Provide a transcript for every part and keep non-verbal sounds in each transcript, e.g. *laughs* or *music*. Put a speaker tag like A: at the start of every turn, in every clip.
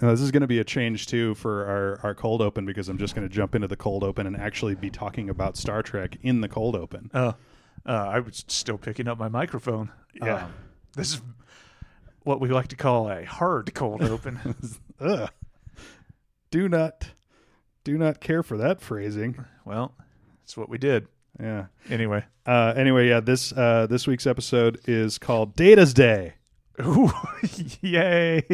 A: Now, this is going to be a change too for our, our cold open because I'm just going to jump into the cold open and actually be talking about Star Trek in the cold open.
B: Oh, uh, I was still picking up my microphone.
A: Yeah.
B: Um, this is what we like to call a hard
A: *laughs*
B: cold open.
A: Ugh. Do not, do not care for that phrasing.
B: well, that's what we did.
A: Yeah.
B: Anyway.
A: Uh, anyway, yeah. This uh, this week's episode is called Data's Day.
B: Ooh, *laughs* yay.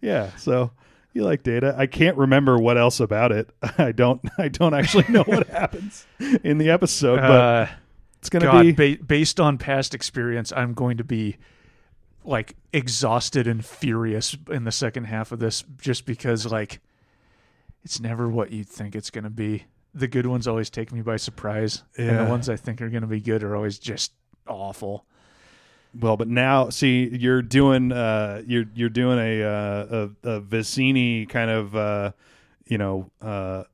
A: Yeah. So you like data? I can't remember what else about it. *laughs* I don't. I don't actually know
B: *laughs*
A: what happens in the episode, but
B: Uh,
A: it's going to be
B: God, ba- based on past experience, I'm going to be like exhausted and furious in the second half of this just because like it's never what you think it's going to be. The good ones always take me by surprise, and
A: Yeah.
B: the ones I think are going to be good are always just awful.
A: Well, but now see you're doing uh, you're you're doing a uh, a, a Vicini kind of uh, you know uh,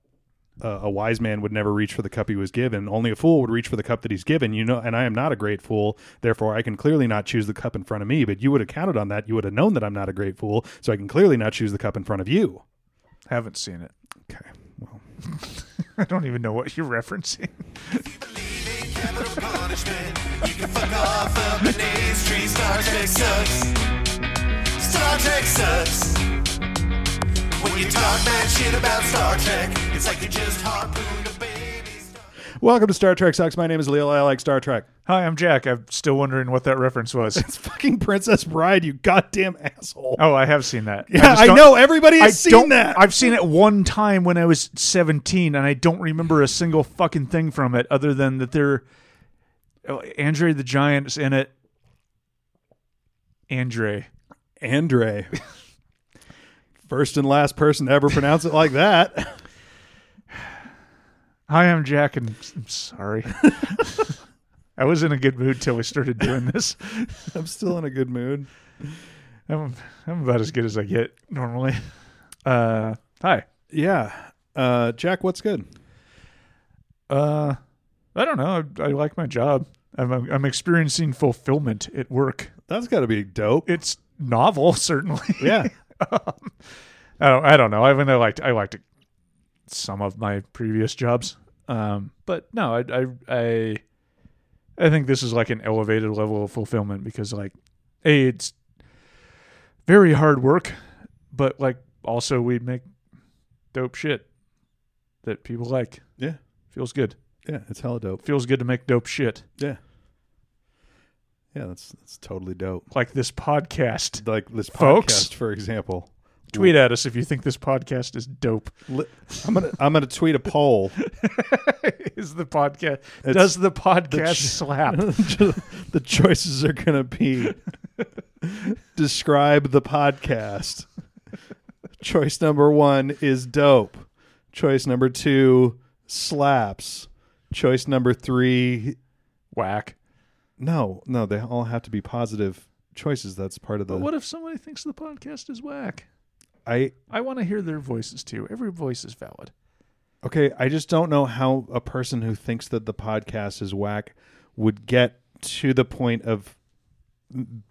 A: a a wise man would never reach for the cup he was given. Only a fool would reach for the cup that he's given. You know, and I am not a great fool. Therefore, I can clearly not choose the cup in front of me. But you would have counted on that. You would have known that I'm not a great fool. So I can clearly not choose the cup in front of you.
B: Haven't seen it.
A: Okay. Well,
B: *laughs* I don't even know what you're referencing.
C: believe in capital punishment. You can fuck off up an A's tree. Star Trek sucks. Star Trek sucks. When you talk that shit about Star Trek, it's like you just harpooned a baby. Star-
A: welcome to Star Trek Sucks. My name is Leo. I like Star Trek.
B: Hi, I'm Jack. I'm still wondering what that
A: *laughs*
B: reference was.
A: It's fucking Princess Bride. You goddamn asshole.
B: Oh, I have seen that.
A: yeah,
B: just
A: I,
B: don't-
A: know everybody
B: I
A: has seen
B: don't,
A: that.
B: I've seen it one time when I was 17, and I don't remember a single fucking thing from it other than that there. Oh, Andre the Giant's in it. Andre.
A: Andre. First and last person to ever pronounce it like that. *laughs*
B: Hi, I'm Jack, and I'm sorry.
A: *laughs*
B: *laughs* I was in a good mood till we started doing this.
A: I'm still in a good mood.
B: I'm, I'm about as good as I get normally. Uh, hi.
A: Yeah. Uh, Jack, what's good?
B: Uh, I don't know. I, I like my job. I'm, I'm experiencing fulfillment at work.
A: That's got to be dope.
B: It's novel, *laughs* certainly.
A: yeah.
B: Oh, I don't know. I mean, I liked I liked some of my previous jobs, um, but no, I, I I I think this is like an elevated level of fulfillment because like, a it's very hard work, but like also we make dope shit that people like.
A: Yeah.
B: Feels good.
A: Yeah. It's hella dope.
B: Feels good to make dope shit
A: Yeah. Yeah. That's that's totally dope.
B: like this podcast.
A: Like this
B: Folks?
A: podcast, for example.
B: Tweet at us if you think this podcast is dope. *laughs*
A: Li- I'm gonna I'm gonna tweet a poll.
B: is the podcast
A: It's-
B: *laughs* does the podcast
A: ch- *laughs*
B: slap?
A: the choices are gonna be describe the podcast. Choice number one is dope. Choice number two slaps. Choice number three,
B: Whack.
A: no, no, they all have to be positive choices. That's part of the.
B: But what if somebody thinks the podcast is whack?
A: I
B: I want to hear their voices too. Every voice is valid.
A: okay. I just don't know how a person who thinks that the podcast is whack would get to the point of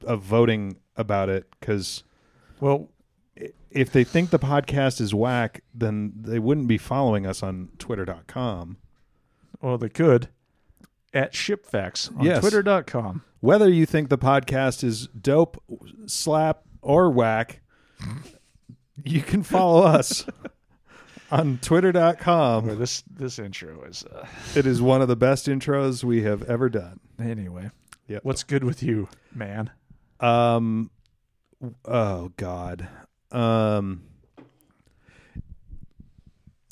A: of voting about it because.
B: Well,
A: if they think the podcast is whack, then they wouldn't be following us on twitter.com.
B: well, they could at shipfacts on
A: Yes.
B: twitter.com.
A: Whether you think the podcast is dope, slap, or whack, you can
B: *laughs*
A: follow us on
B: Where
A: twitter.com.
B: this this intro is uh,
A: It is one of the best intros we have ever done.
B: anyway.
A: Yep.
B: What's good with you, man?
A: Um oh god. Um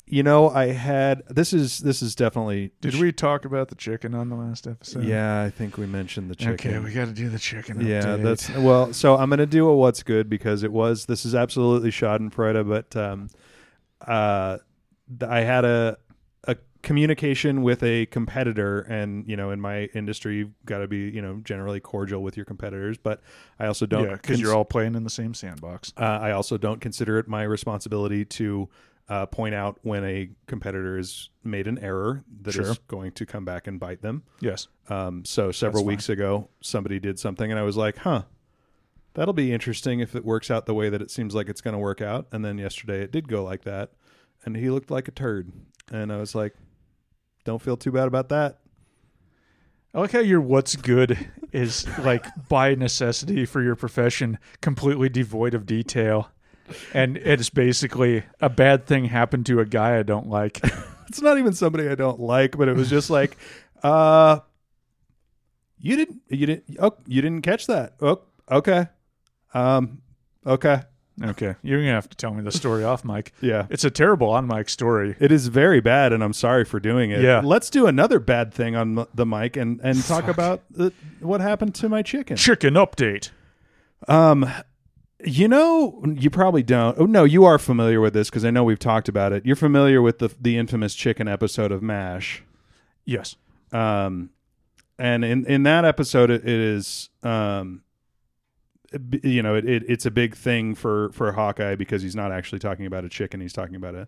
A: you know, I had this is this is definitely
B: Did we talk about the chicken on the last episode?
A: Yeah, I think we mentioned the chicken.
B: Okay, we got to do the chicken.
A: Yeah,
B: update.
A: that's well. So I'm gonna do a what's good because it was this is absolutely Schadenfreude, but um, uh, th- I had a a communication with a competitor, and you know, in my industry, you've got to be you know generally cordial with your competitors, but I also don't
B: yeah, because you're all playing in the same sandbox.
A: uh, I also don't consider it my responsibility to uh, point out when a competitor has made an error that is
B: Sure.
A: going to come back and bite them.
B: Yes.
A: Um, so several
B: fine.
A: weeks ago, somebody did something, and I was like, "Huh, that'll be interesting if it works out the way that it seems like it's going to work out. And then yesterday it did go like that, and he looked like a turd. And I was like, don't feel too bad about that.
B: I like how your what's good is like by necessity for your profession completely devoid of detail. And it's basically a bad thing happened to a guy I don't like.
A: It's not even somebody I don't like, but it was just like, uh, you didn't, you didn't, oh, you didn't catch that. Oh, okay, um, okay,
B: Okay. You're going to have to tell me the story off mic.
A: yeah.
B: It's a terrible on mic story.
A: It is very bad, and I'm sorry for doing it.
B: Yeah.
A: Let's do another bad thing on m- the mic and and talk about the, what happened to my chicken.
B: Chicken update.
A: Um, you know, you probably don't. Oh, no, you are familiar with this because I know we've talked about it. You're familiar with the the infamous chicken episode of Mash.
B: Yes.
A: Um, and in in that episode, it, it is um. b- You know, it, it, it's a big thing for, for Hawkeye because he's not actually talking about a chicken; he's talking about a,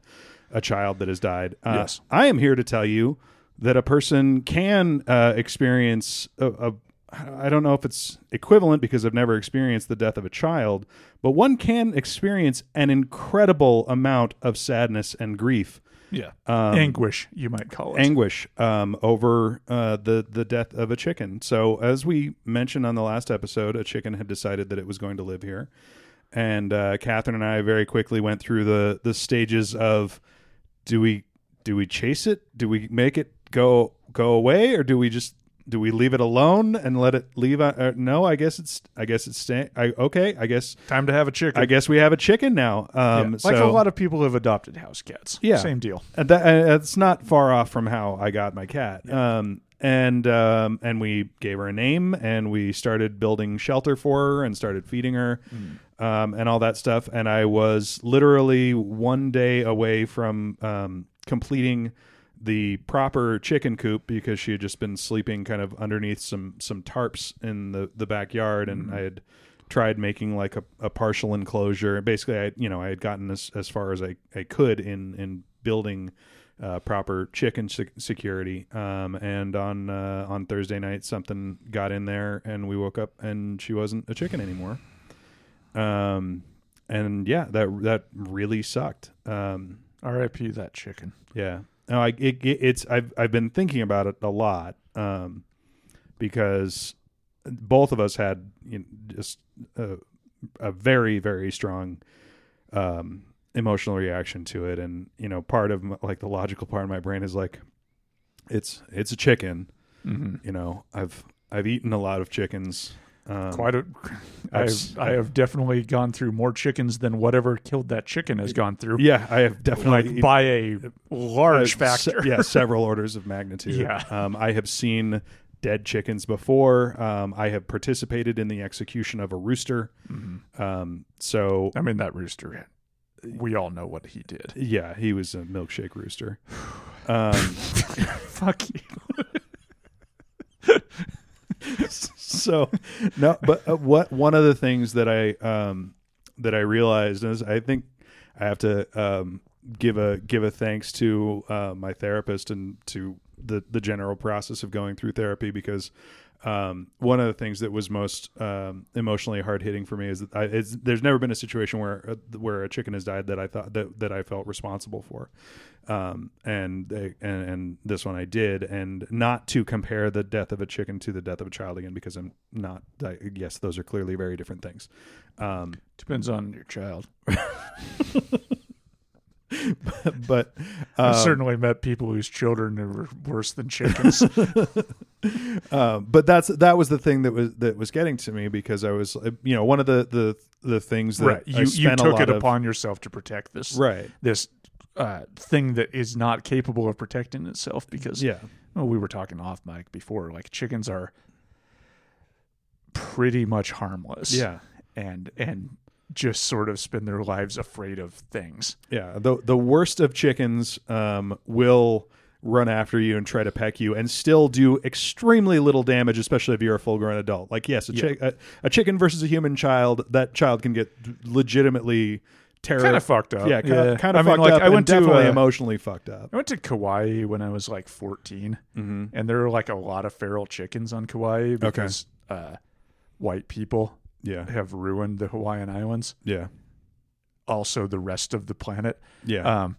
A: a child that has died. Uh,
B: Yes.
A: I am here to tell you that a person can uh, experience a, a I don't know if it's equivalent because I've never experienced the death of a child, but one can experience an incredible amount of sadness and grief
B: Yeah. Anguish, you might call it.
A: anguish um, over uh, the the death of a chicken. So as we mentioned on the last episode, a chicken had decided that it was going to live here, and uh, Catherine and I very quickly went through the the stages of do we do we chase it? Do we make it go go away, or do we just do we leave it alone and let it leave? Uh, uh, no, I guess it's I guess it's staying. I, okay, I guess
B: Time to have a chicken.
A: I guess we have a chicken now.
B: Yeah.
A: Um,
B: Like
A: so-
B: a lot of people have adopted house cats.
A: Yeah.
B: Same deal.
A: and that, and it's not far off from how I got my cat. Um, and um, and we gave her a name, and we started building shelter for her, and started feeding her,
B: Mm.
A: um, and all that stuff. And I was literally one day away from um, completing the proper chicken coop because she had just been sleeping kind of underneath some some tarps in the the backyard, and I had tried making like a, a partial enclosure. Basically, I you know I had gotten as as far as I, I could in in building uh, proper chicken sec- security. Um, and on uh, on Thursday night, something got in there, and we woke up, and she wasn't a chicken anymore. Um, and yeah, that that really sucked. Um,
B: R.I.P. that chicken.
A: yeah. No, I it, it- it's I've I've been thinking about it a lot um, because both of us had you know, just a, a very very strong um, emotional reaction to it, and you know, part of my, like the logical part of my brain is like, it's it's a chicken.
B: Mm-hmm.
A: You know, I've I've eaten a lot of chickens. Um,
B: Quite a,
A: I've-
B: I've, I have definitely gone through more chickens than whatever killed that chicken has gone through.
A: yeah, I have definitely
B: like
A: eaten-
B: by a large
A: Uh, se-
B: factor.
A: yeah,
B: *laughs*
A: several orders of magnitude.
B: Yeah.
A: Um, I have seen dead chickens before. Um, I have participated in the execution of a rooster.
B: Mm-hmm.
A: Um, so
B: I mean, that rooster, we all know what he did.
A: yeah, he was a milkshake rooster. *laughs* Um,
B: Fuck you.
A: so no, but uh, what one of the things that I um, that I realized is I think I have to um, give a give a thanks to uh, my therapist and to the the general process of going through therapy because um, one of the things that was most um, emotionally hard hitting for me is that I, it's, there's never been a situation where uh, where a chicken has died that I thought that, that I felt responsible for, um, and, they, and and this one I did, and not to compare the death of a chicken to the death of a child again because I'm not. I, yes, those are clearly very different things. Um,
B: Depends on your child.
A: but um,
B: I've certainly met people whose children were
A: *laughs*
B: worse than chickens.
A: um, but that's that was the thing that was that was getting to me because I was uh, you know one of the the the things that
B: right.
A: I
B: You, you
A: spent a
B: took
A: lot
B: it
A: of-
B: upon yourself to protect this.
A: right
B: This uh, thing that is not capable of protecting itself because
A: yeah
B: well, we were talking off mic before. Like chickens are pretty much harmless.
A: yeah
B: And and just sort of spend their lives afraid of things.
A: yeah the the worst of chickens um, will run after you and try to peck you and still do extremely little damage especially if you're a full grown adult like yes a, chick a, a chicken versus a human child that child can get legitimately terrified
B: Kind of fucked up.
A: Er, yeah, kind of, kind
B: I
A: of
B: mean,
A: fucked
B: like,
A: up
B: I went
A: and definitely
B: to uh,
A: emotionally fucked up
B: I went to Kauai when I was like 14,
A: Mm-hmm.
B: and there were like a lot of feral chickens on Kauai because uh, white people
A: Yeah.
B: have ruined the Hawaiian Islands,
A: Yeah.
B: Uh, also the rest of the planet.
A: Yeah.
B: Um,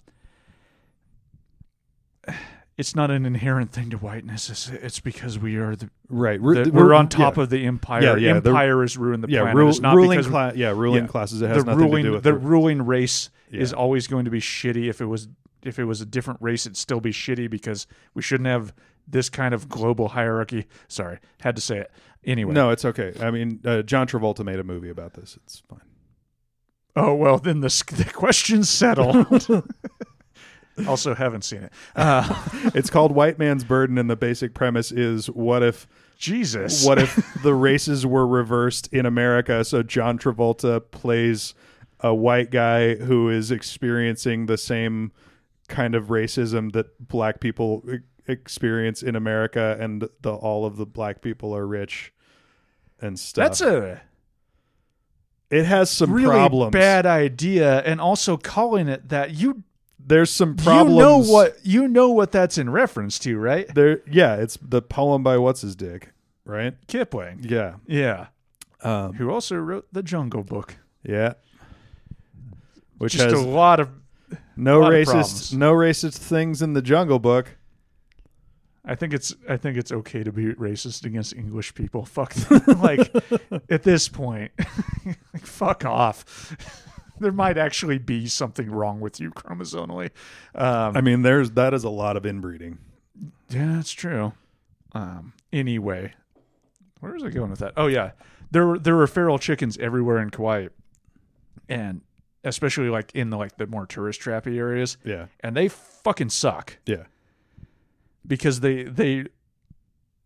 B: it's not an inherent thing to whiteness. It's, it's because we are the,
A: right.
B: the- we're, on top of the empire.
A: Yeah, yeah, the-
B: empire has ruined the
A: yeah.
B: planet.
A: Rule,
B: it's not
A: ruling
B: because
A: class. Yeah. Ruling
B: yeah.
A: classes. It
B: the
A: has nothing
B: ruling
A: to do with
B: the
A: the-
B: ruling race is
A: Yeah.
B: always going to be shitty. If it was if it was a different race, it'd still be shitty because we shouldn't have this kind of global hierarchy. Sorry, had to say it anyway.
A: No, it's okay. I mean, uh, John Travolta made a movie about this. It's fine.
B: Oh well, then the, s- the
A: *laughs*
B: question's settled. also, haven't seen it. Uh,
A: It's called White Man's Burden, and the basic premise is: what if,
B: Jesus,
A: what if
B: *laughs*
A: the races were reversed in America? So John Travolta plays a white guy who is experiencing the same kind of racism that black people e- experience in America, and the all of the black people are rich and stuff.
B: that's a
A: it has some
B: really
A: problems.
B: bad idea. And also calling it that you
A: There's some
B: you
A: problems.
B: know what you know what that's in reference to, right?
A: There, yeah, it's the poem by what's his dick, right?
B: Kipling,
A: Yeah,
B: yeah,
A: um,
B: who also wrote the Jungle Book.
A: yeah. Which
B: Just
A: has
B: a lot of.
A: no
B: lot of
A: racist,
B: problems.
A: no racist things in the Jungle Book.
B: I think it's I think it's okay to be racist against English people. *laughs* Fuck, them. like at this point, *laughs* like, fuck off. *laughs* There might actually be something wrong with you chromosomally. Um,
A: I mean, there's that is a lot of inbreeding.
B: yeah, that's true. Um, anyway, where was I going with that? Oh yeah, there were there were feral chickens everywhere in Kauai, and especially like in the like the more tourist trappy areas,
A: Yeah,
B: and they fucking suck.
A: yeah,
B: because they they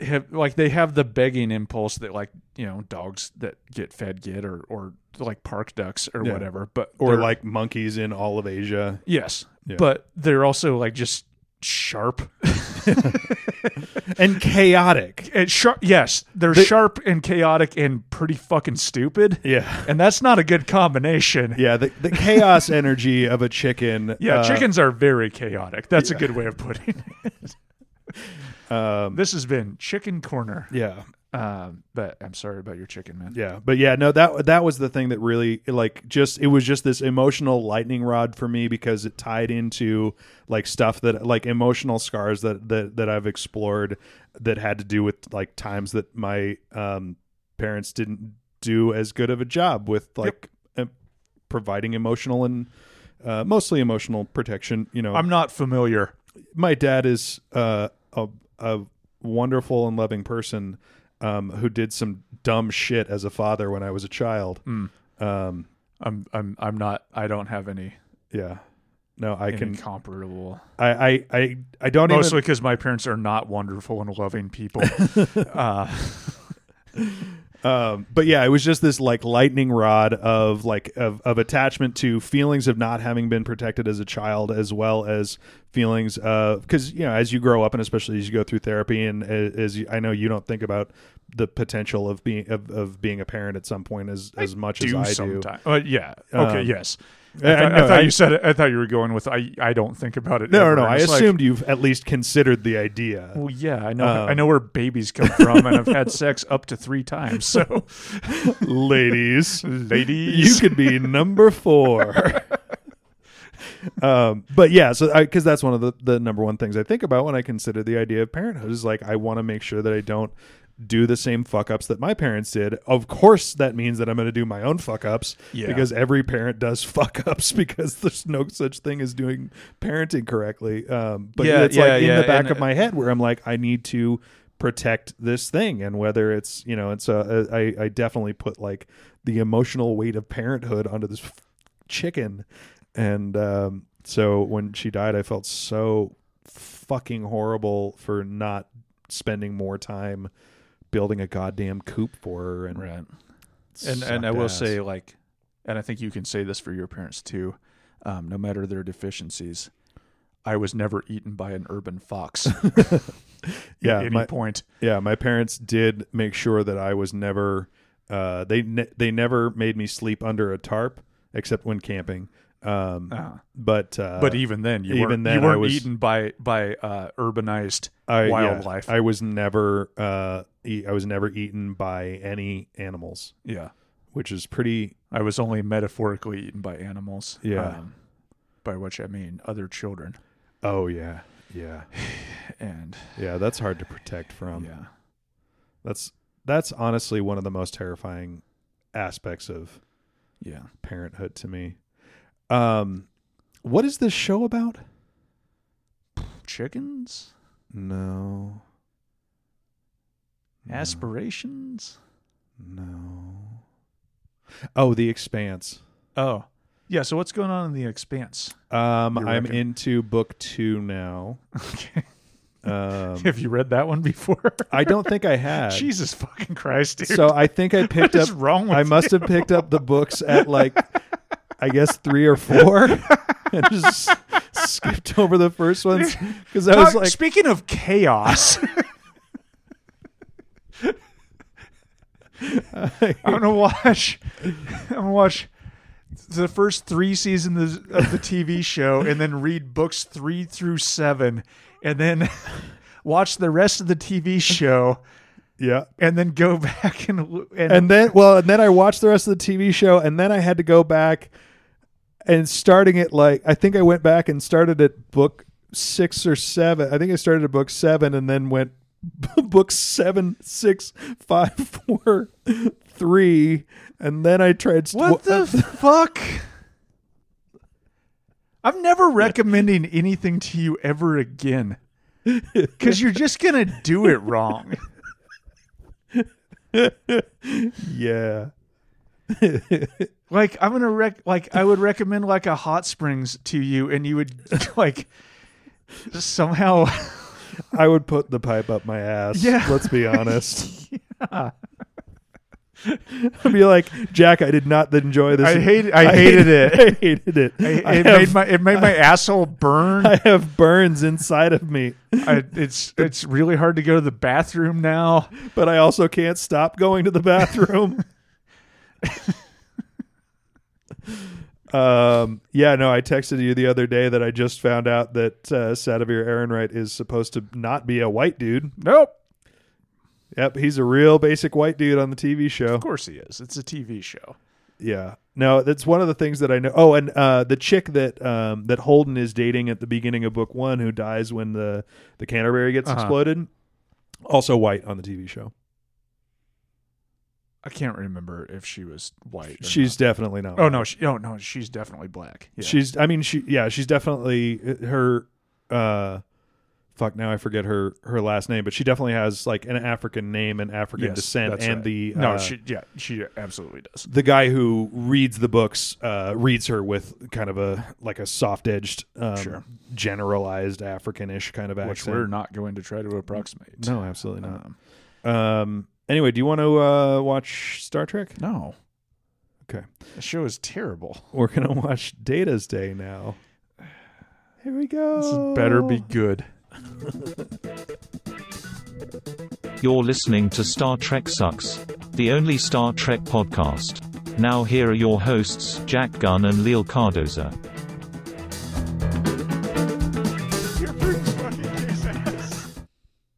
B: have like they have the begging impulse that like you know dogs that get fed get or or like park ducks or
A: Yeah.
B: whatever but
A: or
B: they're-
A: like monkeys in all of Asia.
B: yes
A: Yeah.
B: but they're also like just sharp
A: and chaotic.
B: and sharp yes they're
A: They-
B: sharp and chaotic and pretty fucking stupid
A: Yeah,
B: and that's not a good combination
A: yeah. The, the chaos *laughs* energy of a chicken.
B: Yeah,
A: uh,
B: chickens are very chaotic that's a good way of putting it
A: Um,
B: this has been chicken corner
A: yeah,
B: um but i'm sorry about your chicken man
A: Yeah, but yeah, no that that was the thing that really like just it was just this emotional lightning rod for me because it tied into like stuff that like emotional scars that that that I've explored that had to do with like times that my um parents didn't do as good of a job with like em- providing emotional and uh, mostly emotional protection, you know
B: i'm not familiar
A: my dad is uh, a a wonderful and loving person um, who did some dumb shit as a father when I was a child. Um,
B: I'm I'm I'm not I don't have any,
A: yeah, no, I
B: any
A: can.
B: comparable.
A: I I I, I don't
B: Mostly because my parents are not wonderful and
A: *laughs*
B: loving people. uh,
A: even. Um, but yeah, it was just this like lightning rod of like of of attachment to feelings of not having been protected as a child, as well as feelings of because you know as you grow up and especially as you go through therapy and as, as you, I know you don't think about the potential of being of, of being a parent at some point as as much as I do.
B: sometimes. Oh, yeah. Okay.
A: Um,
B: yes. I,
A: I-
B: thought- I
A: no,
B: thought
A: I-
B: you said it. I thought you were going with I. I don't think about it.
A: No,
B: ever.
A: no, no.
B: And
A: I
B: it's like,
A: assumed you've at least considered the idea.
B: well, yeah. I know. I
A: Um,
B: know where babies come from, and I've had sex up to three times. So,
A: Ladies, you
B: *laughs* ladies,
A: could
B: *laughs*
A: be number four. um, but yeah, so because that's one of the, the number one things I think about when I consider the idea of parenthood is like, I want to make sure that I don't do the same fuck ups that my parents did. Of course, that means that I'm going to do my own fuck ups
B: Yeah.
A: because every parent does *laughs* fuck ups because there's no such thing as doing parenting correctly. Um, but
B: Yeah,
A: it's
B: yeah,
A: like in
B: yeah,
A: the back
B: and-
A: of my head where I'm like, I need to protect this thing, and whether it's you know, and so uh, I I definitely put like the emotional weight of parenthood onto this f- chicken, and um, so when she died, I felt so fucking horrible for not spending more time building a goddamn coop for her and
B: right. and and I
A: sucked
B: will
A: ass.
B: say like, and I think you can say this for your parents too. Um, no matter their deficiencies, I was never eaten by an urban *laughs* fox.
A: yeah
B: at any
A: my-
B: point.
A: Yeah, my parents did make sure that I was never. Uh, they ne- they never made me sleep under a tarp except when camping. Um,
B: Uh,
A: but uh,
B: but even then, you
A: even
B: weren't,
A: then,
B: you
A: I
B: weren't
A: was-
B: eaten by by uh, urbanized
A: I, yeah,
B: wildlife. Yeah,
A: I was never. Uh, e- I was never eaten by any animals, which is pretty.
B: I was only metaphorically eaten by animals. um,
A: Yeah.
B: by which I mean other children.
A: Oh yeah, yeah,
B: And
A: yeah. That's hard to protect from.
B: yeah,
A: That's that's honestly one of the most terrifying aspects of
B: yeah.
A: parenthood to me. Um, what is this show about?
B: Chickens?
A: No,
B: Aspirations?
A: no. Oh, The Expanse.
B: Oh. Yeah, so what's going on in the expanse?
A: Um,
B: You
A: I'm
B: reckon?
A: into book two now.
B: *laughs* Okay.
A: Um,
B: Have you read that one
A: *laughs*
B: before?
A: I don't think
B: *laughs*
A: I had.
B: Jesus fucking Christ, dude.
A: So I think I picked
B: *laughs* What is
A: up.
B: wrong with
A: I must have picked up the books at like, I guess three or
B: *laughs*
A: four, and just skipped over the first
B: *laughs*
A: ones because I was
B: Oh,
A: like,
B: speaking of chaos, *laughs* I'm gonna watch. I'm gonna watch the first three seasons of the- of the TV show, and then read books three through seven, and then *laughs* watch the rest of the TV show,
A: yeah.
B: and then go back and l- and,
A: And then, well, and then I watched the rest of the TV show, and then I had to go back and starting at like I think I went back and started at book six or seven. I think I started at book seven, and then went *laughs* book seven, six, five, *laughs* four, three, and then I tried. st-
B: what the fuck. I'm never recommending anything to you ever
A: *laughs*
B: again. Cause you're just gonna do it wrong.
A: *laughs* yeah.
B: Like I'm gonna rec like I would recommend like a hot springs to you, and you would *laughs* like somehow
A: I would put the pipe up my ass.
B: Yeah.
A: Let's be
B: *laughs*
A: honest. *laughs* I'd be like, Jack, I did not enjoy this.
B: I hate I, hated
A: *laughs*
B: it.
A: I hated it. *laughs*
B: It,
A: I,
B: it
A: have,
B: made my it
A: *laughs*
B: made my asshole burn.
A: I have burns inside of me,
B: I, it's it's really hard to go to the bathroom now.
A: but I also can't stop going to the bathroom. um, yeah, no, I texted you the other day that I just found out that uh, Sadavir Ehrenreich is supposed to not be a white dude.
B: Nope.
A: Yep, he's a real basic white dude on the TV show.
B: Of course he is. It's a TV show.
A: Yeah. No, that's one of the things that I know. Oh, and uh, the chick that um, that Holden is dating at the beginning of book one, who dies when the the Canterbury gets
B: Uh-huh.
A: exploded, also white on the TV show.
B: I can't remember if she was white. or
A: She's definitely not.
B: not. oh
A: white.
B: no, she, oh no, she's definitely black. Yeah.
A: she's. I mean, she. Yeah, she's definitely her. Uh, fuck. Now I forget her her last name, but she definitely has like an African name and African
B: Yes,
A: descent,
B: that's
A: and
B: right.
A: the
B: no,
A: uh,
B: she yeah, she absolutely does.
A: the guy who reads the books uh, reads her with kind of a like a soft edged, um,
B: Sure.
A: generalized Africanish kind of accent.
B: Which we're not going to try to approximate.
A: no, absolutely not.
B: Um,
A: Um, anyway, do you want to uh, watch Star Trek?
B: no.
A: Okay,
B: The show is terrible.
A: we're gonna *laughs* watch Data's Day
B: *sighs*
A: now. Here we go.
B: This better be good.
D: You're listening to Star Trek Sucks, the only Star Trek podcast. Now, here are your hosts, Jack Gunn and Leal Cardoza.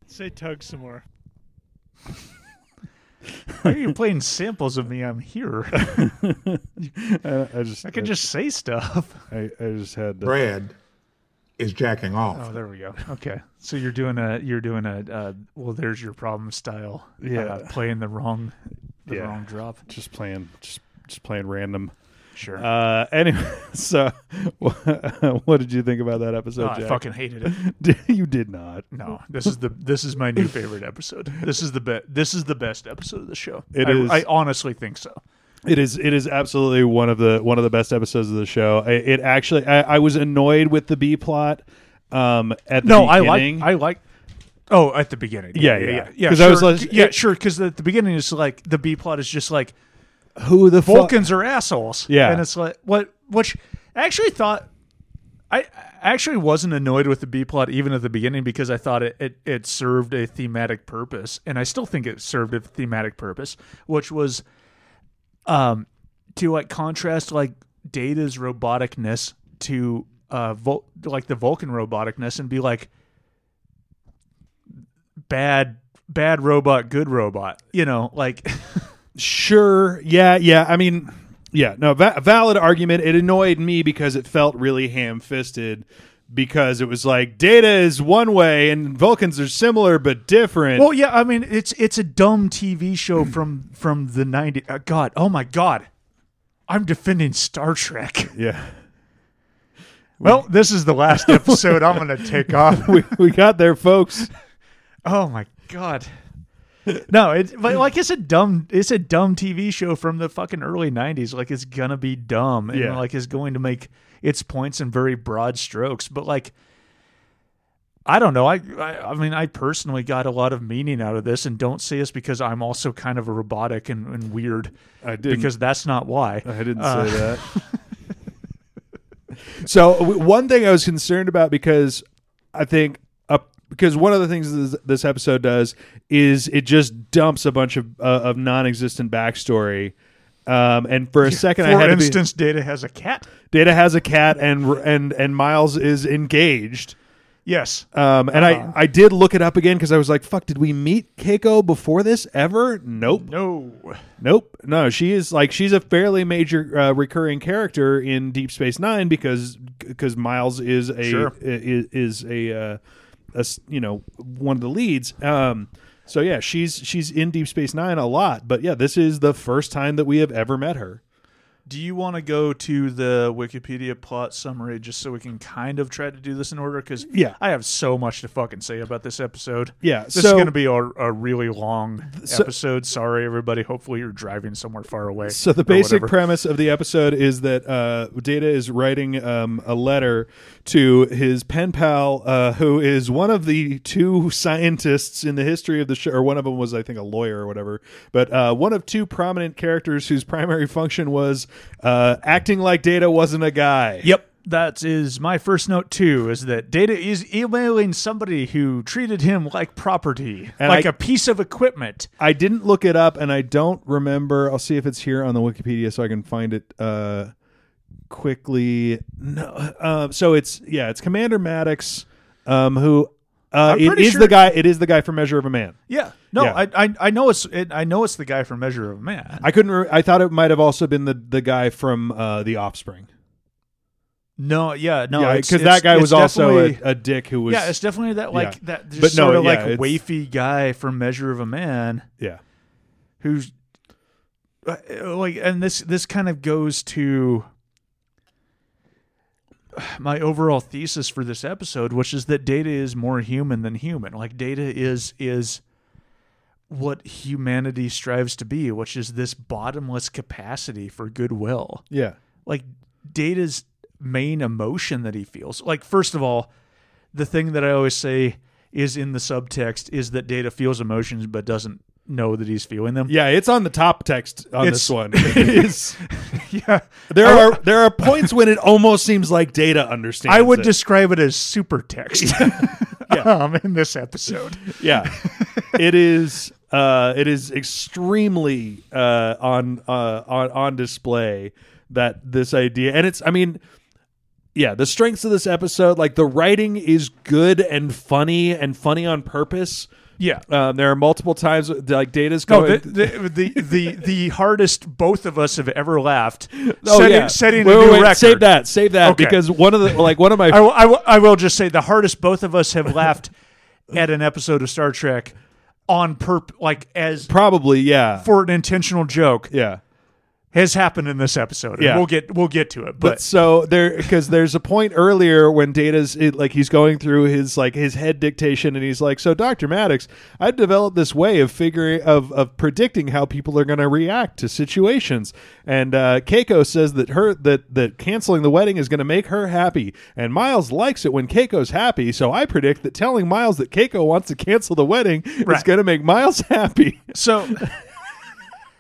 E: Say tug some more.
B: Why are you playing samples of me?
A: *laughs*
B: I'm here.
A: I, I just,
B: I can just say stuff.
A: I, I just had. To,
F: Brad is jacking off.
B: Oh, there we go. Okay, so you're doing a you're doing a uh, well. There's your problem style.
A: Yeah.
B: uh, playing the wrong the
A: Yeah.
B: wrong drop.
A: Just playing, just just playing random.
B: Sure.
A: Uh, anyway, *laughs* so *laughs* what did you think about that
B: Oh,
A: episode?
B: I
A: Jack?
B: fucking hated *laughs* it.
A: you *laughs* did not.
B: No, this is the this is my new favorite episode. This is the be- this is the best episode of the show.
A: It
B: I,
A: is.
B: I honestly think so.
A: It is. It is absolutely one of the one of the best episodes of the show. I, it actually. I, I was annoyed with the B plot. Um, at the
B: No, I like
A: beginning.
B: I like. Oh, at the beginning.
A: Yeah, yeah.
B: yeah.
A: 'Cause
B: sure.
A: I was like-
B: yeah, sure. Because at the beginning, it's like the B plot is just like
A: who the fuck-
B: Vulcans are assholes.
A: Yeah.
B: and it's like what which I actually thought I I actually wasn't annoyed with the B plot even at the beginning because I thought it, it it served a thematic purpose, and I still think it served a thematic purpose, which was um to like contrast like Data's roboticness to uh Vul- like the Vulcan roboticness and be like bad bad robot good robot you know like
A: Sure. Yeah. Yeah. I mean, yeah. No, va- valid argument. It annoyed me because it felt really ham fisted because it was like data is one way and Vulcans are similar but different.
B: Well, Oh, yeah, I mean it's it's a dumb TV show from from the 90s. Uh, god, oh my god. I'm defending Star Trek.
A: yeah. *laughs*
B: Well, this is the last episode I'm going to take off.
A: we, we got there, folks.
B: Oh my god. No, it's but like it's a dumb it's a dumb TV show from the fucking early 90s. Like it's going to be dumb and
A: Yeah.
B: like it's going to make its points in very broad strokes, but like I don't know. I, I I mean, I personally got a lot of meaning out of this, and don't say this because I'm also kind of a robotic and, and weird.
A: I didn't.
B: because that's not why. Uh,
A: I didn't say that. Uh, *laughs* so w- one thing I was concerned about because I think up because one of the things this, this episode does is it just dumps a bunch of uh, of non-existent backstory. Um, and for a second, I
B: For
A: had to be-
B: instance, Data has a cat.
A: Data has a cat, and and and Miles is engaged.
B: Yes.
A: Um, and I I did look it up again because I was like, "Fuck, did we meet Keiko before this ever?" Nope.
B: no.
A: Nope. No, she is like she's a fairly major uh, recurring character in Deep Space Nine because because Miles is a
B: Sure.
A: i- is, is a, uh, a s- you know one of the leads. Um, so yeah, she's she's in Deep Space Nine a lot, but yeah, this is the first time that we have ever met her.
B: Do you want to go to the Wikipedia plot summary just so we can kind of try to do this in order? Because
A: Yeah.
B: I have so much to fucking say about this episode.
A: Yeah,
B: This is
A: so-
B: going to be a, a really long
A: So-
B: episode. Sorry, everybody. Hopefully, you're driving somewhere far away.
A: So the
B: or
A: basic
B: whatever.
A: premise of the episode is that uh, Data is writing um, a letter to his pen pal, uh, who is one of the two scientists in the history of the show, or one of them was, I think, a lawyer or whatever, but uh, one of two prominent characters whose primary function was uh, acting like Data wasn't a guy.
B: Yep. That is my first note too. Is that Data is emailing somebody who treated him like property,
A: And
B: like
A: I-
B: a piece of equipment.
A: I didn't look it up, and I don't remember. I'll see if it's here on the Wikipedia so I can find it uh, quickly. No, uh, so it's yeah, it's Commander Maddox, um, who uh,
B: I'm
A: it
B: pretty
A: is
B: sure-
A: the guy. It is the guy from Measure of a Man.
B: Yeah. No,
A: Yeah.
B: I, I I know it's it, I know it's the guy from Measure of Man.
A: I couldn't. Re- I thought it might have also been the the guy from uh, The Offspring.
B: no, yeah, no,
A: yeah,
B: it's-
A: because
B: it's-
A: that guy
B: it's
A: was also a,
B: definitely-
A: a dick who was.
B: yeah, it's definitely that like
A: yeah.
B: that just
A: But no,
B: sort of
A: yeah,
B: like
A: it's-
B: wafy guy from Measure of a Man
A: yeah.
B: who's uh, like, and this this kind of goes to my overall thesis for this episode, which is that Data is more human than human. Like Data is is what humanity strives to be, which is this bottomless capacity for goodwill
A: yeah,
B: like data's main emotion that he feels like first of all the thing that i always say is in the subtext is that data feels emotions but doesn't know that he's feeling them
A: yeah. It's on the top text on
B: It's-
A: this one. It is-
B: *laughs* yeah
A: there are there are points when it almost seems like Data understands.
B: i would
A: it.
B: describe it as super text *laughs* um, in
A: *laughs*
B: this episode
A: yeah it is uh it is extremely uh on uh on on display that this idea and it's i mean yeah the strengths of this episode like the writing is good and funny and funny on purpose
B: yeah
A: um there are multiple times like data's
B: no,
A: going
B: the, the, the, the, the hardest both of us have ever laughed
A: *laughs* Oh,
B: setting,
A: yeah.
B: setting
A: Wait,
B: a
A: wait,
B: new
A: wait,
B: record.
A: Save that. Save that
B: Okay.
A: because one of the like one of my
B: I will, I, will, I will just say the hardest both of us have
A: *laughs*
B: laughed at an episode of Star Trek on perp like as
A: probably yeah
B: for an intentional joke
A: yeah
B: has happened in this episode. and
A: Yeah.
B: we'll get we'll get to
A: But
B: it.
A: *laughs*
B: But,
A: so there, because there's a point earlier when Data's it, like he's going through his like his head dictation, and he's like, "So, Doctor Maddox, I've developed this way of figuring of of predicting how people are going to react to situations." And uh, Keiko says that her that that canceling the wedding is going to make her happy, and Miles likes it when Keiko's happy. So I predict that telling Miles that Keiko wants to cancel the wedding is
B: Right.
A: going to make Miles *laughs* happy. *laughs*
B: so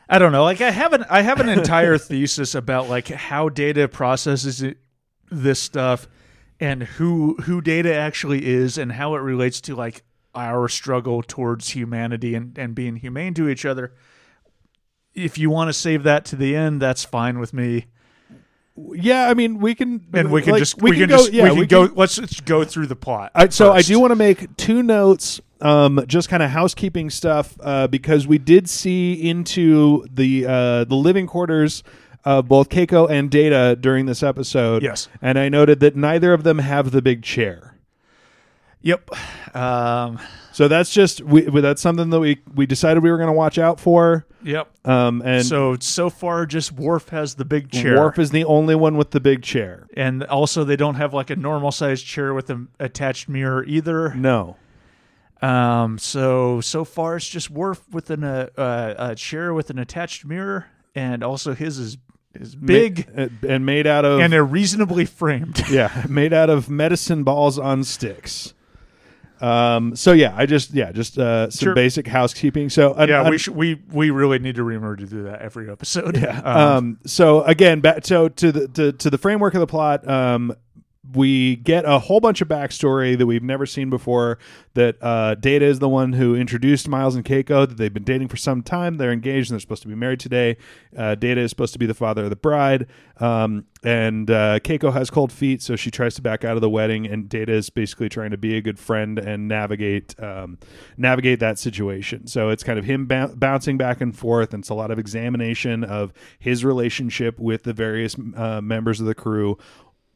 B: I don't know. Like I have an I have an entire *laughs* thesis about like how data processes it, this stuff and who who data actually is and how it relates to like our struggle towards humanity and, and being humane to each other. If you want to save that to the end, that's fine with me.
A: yeah, I mean, we can
B: And we can
A: like,
B: just we, can, just
A: yeah,
B: we can go let's, let's go through the plot.
A: I, so I
B: first.
A: do want to make two notes um, just kind of housekeeping stuff uh, because we did see into the uh, the living quarters of both Keiko and Data during this episode.
B: Yes.
A: and I noted that neither of them have the big chair.
B: Yep. Um,
A: So that's just we, we- that's something that we we decided we were going to watch out for.
B: yep.
A: Um, and
B: so so far, just Worf has the big chair,
A: Worf is the only one with the big chair.
B: and also they don't have like a normal sized chair with an attached mirror either.
A: No.
B: Um, so so far it's just Worf with an uh, uh, a chair with an attached mirror, and also his is is big
A: Ma- uh, and made out of
B: and they're reasonably framed.
A: yeah, *laughs* made out of medicine balls on sticks. Um. So yeah, I just yeah just uh, some
B: Sure.
A: basic housekeeping. So an-
B: *laughs* yeah, *laughs*
A: an-
B: we should, we we really need to remember to do that every episode. Yeah.
A: um, so again, back so to the to, to the framework of the plot. Um, we get a whole bunch of backstory that we've never seen before. That uh, Data is the one who introduced Miles and Keiko. That they've been dating for some time. They're engaged and they're supposed to be married today. Uh, Data is supposed to be the father of the bride. Um, and uh, Keiko has cold feet, so she tries to back out of the wedding. And Data is basically trying to be a good friend and navigate um, navigate that situation. So it's kind of him bou- bouncing back and forth, and it's a lot of examination of his relationship with the various uh, members of the crew.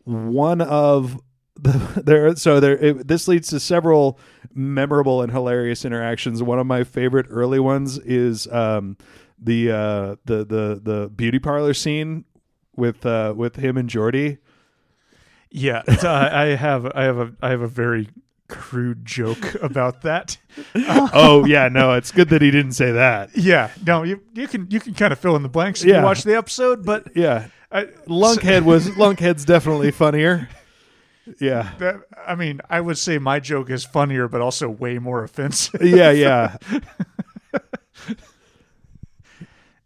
A: One of the, *laughs* there, so there. It, this leads to several memorable and hilarious interactions. One of my favorite early ones is um, the uh, the the the beauty parlor scene with uh, with him and
B: *laughs*
A: Jordy.
B: Yeah, it's, uh, *laughs* I have I have a I have a very crude joke about that.
A: oh yeah, no, it's good that he didn't say that.
B: Yeah, no, you you can you can kind of fill in the blanks if
A: Yeah.
B: you watch the episode, but
A: Yeah,
B: I,
A: Lunkhead
B: *laughs*
A: was Lunkhead's definitely funnier. Yeah.
B: that, I mean, I would say my joke is funnier, but also way more offensive. *laughs*
A: Yeah, yeah.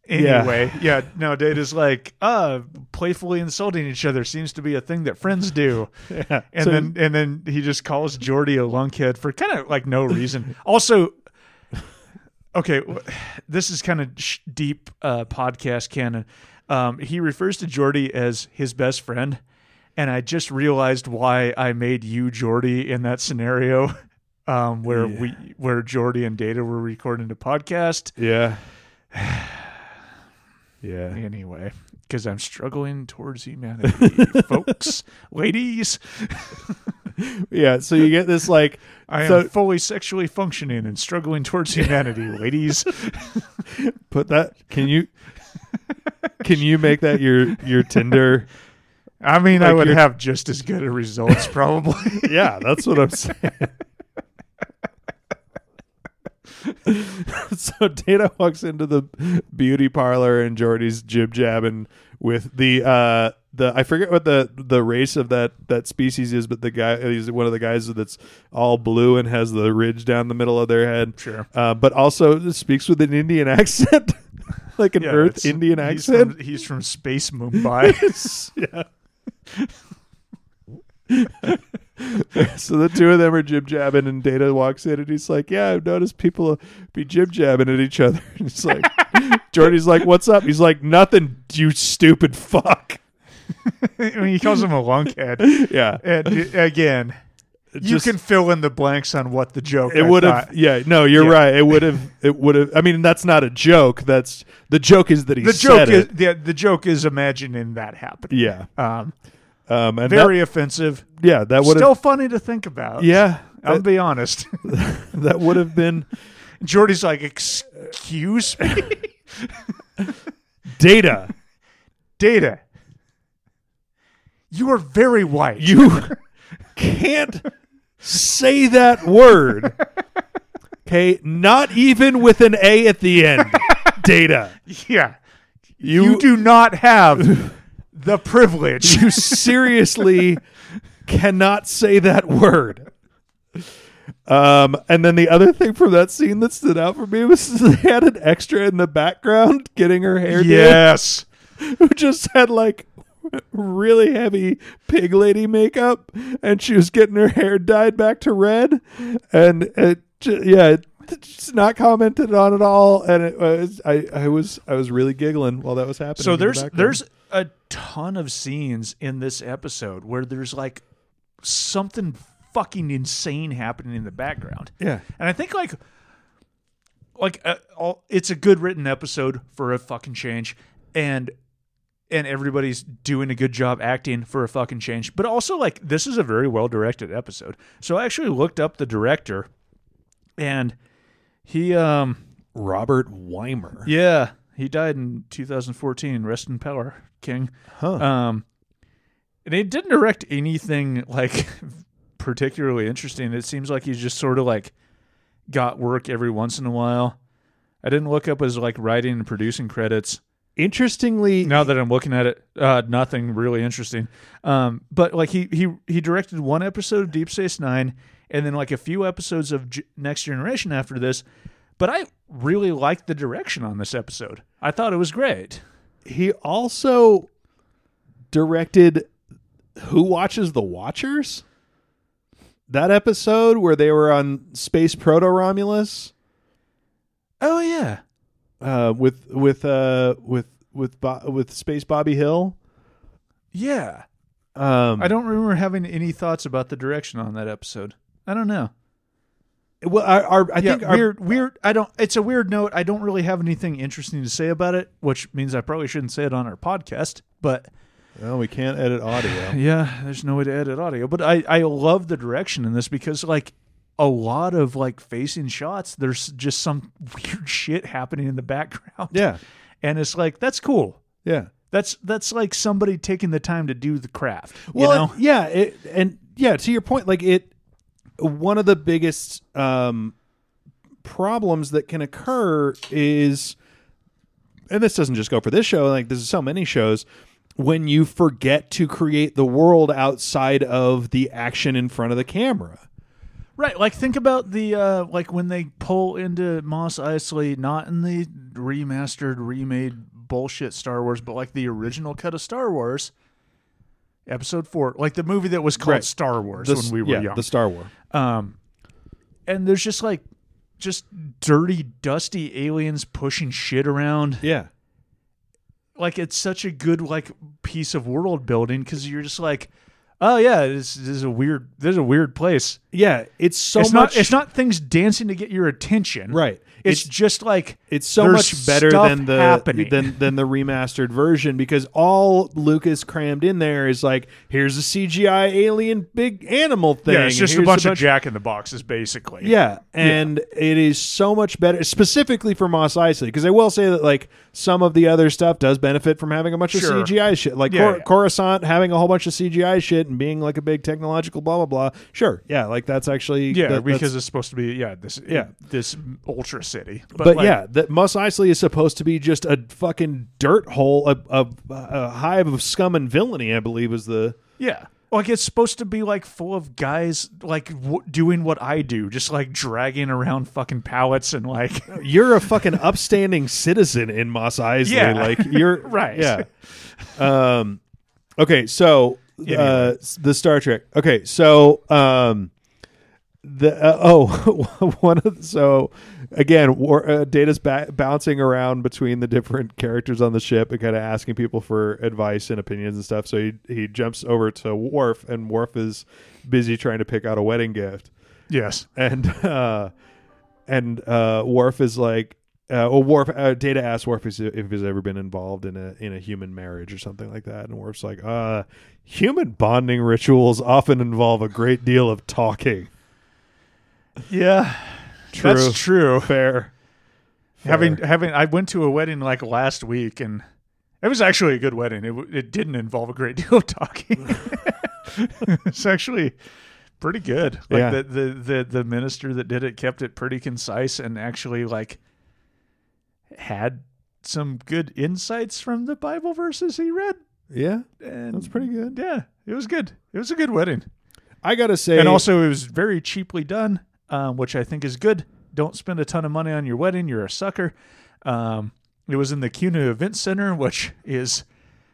B: anyway, yeah. no, Data's like, uh, playfully insulting each other seems to be a thing that friends do.
A: Yeah.
B: And
A: So-
B: then and then he just calls Jordy a lunkhead for kind of like no reason. Also, okay, w- this is kind of sh- deep uh, podcast canon. Um, he refers to Jordy as his best friend, and I just realized why I made you Jordy in that scenario. *laughs* Um, where we where Jordy and Data were recording the podcast
A: Yeah. *sighs* Yeah.
B: anyway because I'm struggling towards humanity, folks, ladies.
A: Yeah. So you get this like
B: I
A: so
B: am fully sexually functioning and struggling
A: *laughs*
B: towards humanity, ladies.
A: put that can you can you make that your your Tinder?
B: I mean, I
A: Like
B: would
A: you're-
B: have just as good a results
A: *laughs*
B: probably.
A: Yeah, that's what I'm saying. *laughs* so Data walks into the beauty parlor and Jordy's jib jabbing with the uh the I forget what the the race of that that species is, but the guy he's one of the guys that's all blue and has the ridge down the middle of their head.
B: Sure.
A: Uh, but also speaks with an Indian *laughs* accent. like an
B: Yeah,
A: Earth
B: it's-
A: Indian
B: he's
A: accent.
B: From, he's from
A: *laughs*
B: space Mumbai. *laughs*
A: yeah. *laughs* so the two of them are jib jabbing, and Data walks in, and he's like, "Yeah, I've noticed people be jib jabbing at each other." *laughs* And it's
B: *laughs*
A: like, Jordy's like, "What's up?" He's like, "Nothing, you stupid fuck."
B: I mean, he calls him a lunkhead.
A: Yeah,
B: And uh, again, you
A: Just-
B: can fill in the blanks on what the joke.
A: it
B: I
A: would have.
B: thought.
A: Yeah, no, you're
B: Yeah.
A: right. It would have. It would have. I mean, that's not a joke. That's the joke is that he
B: The
A: said
B: joke is
A: it.
B: the, the joke is imagining that happening.
A: Yeah,
B: Um,
A: um, and
B: very offensive.
A: that, yeah, that would
B: Still
A: have.
B: funny to think about.
A: Yeah,
B: I'll
A: that,
B: be honest. *laughs*
A: that would have been
B: Jordy's like, excuse me,
A: data.
B: Data. You are very white.
A: You can't say that word. Okay, not even with an A at the end. Data.
B: *laughs* yeah,
A: You,
B: you do not *laughs* have the privilege.
A: you seriously cannot say that word. Um, and then the other thing from that scene that stood out for me was *laughs* they had an extra in the background getting her hair
B: yes,
A: *laughs* who just had like really heavy pig lady makeup and she was getting her hair dyed back to red and it ju- yeah it, it's not commented on at all and it was I, I was i was really giggling while that was happening
B: so
A: in the
B: there's
A: background.
B: there's a ton of scenes in this episode where there's like something fucking insane happening in the background.
A: Yeah.
B: And I think like like uh, all, it's a good written episode for a fucking change and and everybody's doing a good job acting for a fucking change. But also like this is a very well directed episode. So I actually looked up the director and he um
A: Robert Weimer.
B: yeah, he died in 2014. Rest in power, King.
A: Huh.
B: Um, and he didn't direct anything like *laughs* particularly interesting. It seems like he's just sort of like got work every once in a while. I didn't look up his like writing and producing credits.
A: Interestingly,
B: Now that I'm looking at it, uh, nothing really interesting. Um, but like he he he directed one episode of Deep Space Nine, and then like a few episodes of G- Next Generation after this. But I really liked the direction on this episode. I thought it was great.
A: he also directed Who Watches the Watchers? That episode where they were on Space Proto Romulus
B: Oh yeah,
A: uh, with with uh, with with Bo- with Space Bobby Hill.
B: yeah.
A: Um,
B: I don't remember having any thoughts about the direction on that episode. I don't know.
A: well, our, our, I
B: Yeah,
A: think our,
B: weird, weird. I don't. It's a weird note. I don't really have anything interesting to say about it, which means I probably shouldn't say it on our podcast. But
A: well, we can't edit *laughs* audio.
B: Yeah, there's no way to edit audio, but I I love the direction in this because like a lot of like facing shots, there's just some *laughs* weird shit happening in the background.
A: yeah,
B: and it's like that's cool.
A: yeah.
B: That's that's like somebody taking the time to do the craft. you
A: Well,
B: know?
A: and- yeah, it, and yeah, to your point, like it, one of the biggest um, problems that can occur is, and this doesn't just go for this show. Like this is so many shows when you forget to create the world outside of the action in front of the camera.
B: right. Like think about the uh like when they pull into Moss Isley, not in the remastered, remade bullshit Star Wars, but like the original cut of Star Wars. Episode four, like the movie that was called
A: Right.
B: Star Wars
A: The-
B: when we were
A: yeah,
B: young.
A: the Star Wars.
B: Um, and there's just like just dirty, dusty aliens pushing shit around.
A: Yeah,
B: Like it's such a good like piece of world building because you're just like, oh yeah, this, this is a weird, this is a weird place.
A: yeah. It's so
B: it's
A: much.
B: not, it's not things dancing to get your attention,
A: right.
B: It's, just like
A: it's so
B: there's
A: much better
B: stuff
A: than the
B: happening.
A: than than the remastered version because all Lucas crammed in there is like here's a CGI alien big animal thing.
B: yeah, it's just
A: and
B: a
A: here's
B: bunch of jack in the boxes basically.
A: yeah, and it is so much better, specifically for Moss Isley, because I will say that like some of the other stuff does benefit from having a bunch
B: Sure.
A: of CGI shit, like
B: Yeah,
A: Cor-
B: yeah.
A: Coruscant having a whole bunch of CGI shit and being like a big technological blah blah blah. Sure, yeah, like that's actually
B: yeah,
A: that- that's-
B: because it's supposed to be yeah this
A: Yeah.
B: this ultra city, but,
A: but
B: like,
A: yeah, that Moss Isley is supposed to be just a fucking dirt hole, a, a, a hive of scum and villainy. I believe is the
B: Yeah. Like it's supposed to be like full of guys like w- doing what I do, just like dragging around fucking pallets and like
A: you're a fucking upstanding citizen in Moss Isley.
B: Yeah.
A: Like you're
B: *laughs* Right.
A: Yeah. Um. Okay. So uh,
B: Anyway.
A: the Star Trek. Okay. So um. The uh, *laughs* oh one of the, so again war, uh, data's ba- bouncing around between the different characters on the ship and kind of asking people for advice and opinions and stuff. So he he jumps over to Worf and Worf is busy trying to pick out a wedding gift
B: *laughs* yes.
A: and *laughs* uh and uh Worf is like uh well Worf uh, Data asks Worf if he's, if he's ever been involved in a in a human marriage or something like that and Worf's like uh human bonding rituals often involve a great deal of talking
B: Yeah. *laughs* That's true.
A: fair
B: Having having I went to a wedding like last week and it was actually a good wedding. It w- it didn't involve a great *laughs* deal of talking. it's actually pretty good. Like
A: Yeah.
B: the, the the the minister that did it kept it pretty concise and actually like had some good insights from the Bible verses he read.
A: yeah
B: and
A: that's pretty good
B: yeah it was good it was a good wedding
A: I gotta say
B: and also it was very cheaply done um, which i think is good don't spend a ton of money on your wedding you're a sucker um, it was in the cuna event center which is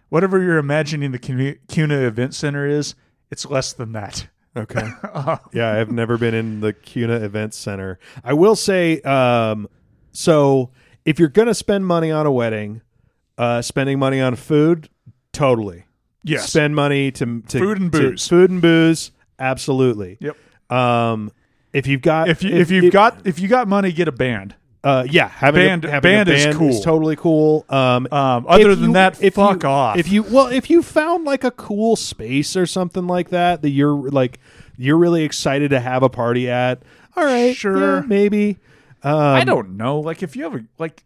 B: whatever you're imagining the Cuna- cuna event center is it's less than that
A: *laughs*
B: *laughs*
A: okay yeah I've never been in the CUNA event center I will say um so if you're gonna spend money on a wedding uh spending money on food totally
B: yes
A: spend money to, to
B: Food and
A: to-
B: booze.
A: food and booze, absolutely.
B: Yep.
A: Um, if you've got
B: If you if you've
A: it-
B: got if you got money, get a band.
A: uh, yeah, having
B: Band-
A: a, having
B: band
A: a
B: is
A: band
B: cool.
A: totally cool. Um,
B: Um, other
A: if
B: than
A: you-
B: that,
A: if
B: fuck
A: you,
B: off.
A: If you well, if you found like a cool space or something like that that you're like you're really excited to have a party at, all right,
B: Sure.
A: yeah, maybe,
B: I don't know. Like if you have a like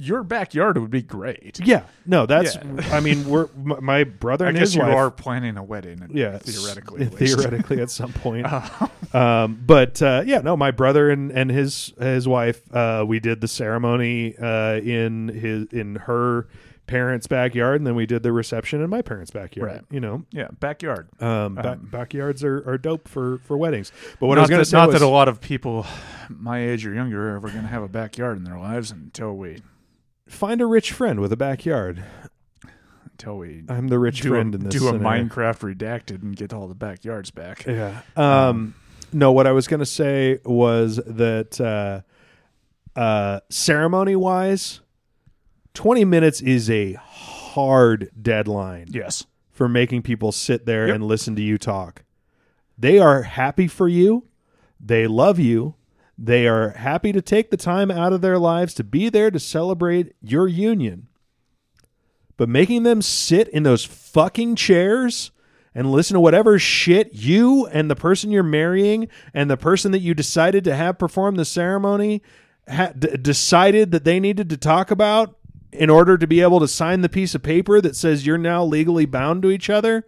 B: your backyard would be great.
A: yeah, no, that's.
B: Yeah.
A: I mean, we're my, my brother
B: *laughs* I
A: and
B: guess
A: his
B: you
A: wife
B: are planning a
A: *laughs*
B: wedding.
A: yeah,
B: theoretically.
A: s-
B: at least. Uh-huh.
A: theoretically at some
B: *laughs*
A: point. um, but uh, yeah, no, my brother and, and his his wife, uh, we did the ceremony uh, in his in her parents' backyard, and then we did the reception in my parents' backyard.
B: Right.
A: You know,
B: Yeah, backyard.
A: um, ba- backyards are, are dope for for weddings. But what I
B: not
A: was going to
B: that,
A: say
B: not
A: was,
B: that a lot of people my age or younger are ever going to have a backyard in their lives until we
A: find a rich friend with a backyard.
B: until we
A: I'm the rich
B: do, a,
A: friend in this
B: do a
A: scenario.
B: Minecraft redacted and get all the backyards back.
A: Yeah. Um, no, what I was going to say was that uh, uh, ceremony wise, 20 minutes is a hard deadline
B: Yes.
A: for making people sit there
B: Yep.
A: and listen to you talk. They are happy for you, they love you. They are happy to take the time out of their lives to be there to celebrate your union. But making them sit in those fucking chairs and listen to whatever shit you and the person you're marrying and the person that you decided to have perform the ceremony ha- d- decided that they needed to talk about in order to be able to sign the piece of paper that says you're now legally bound to each other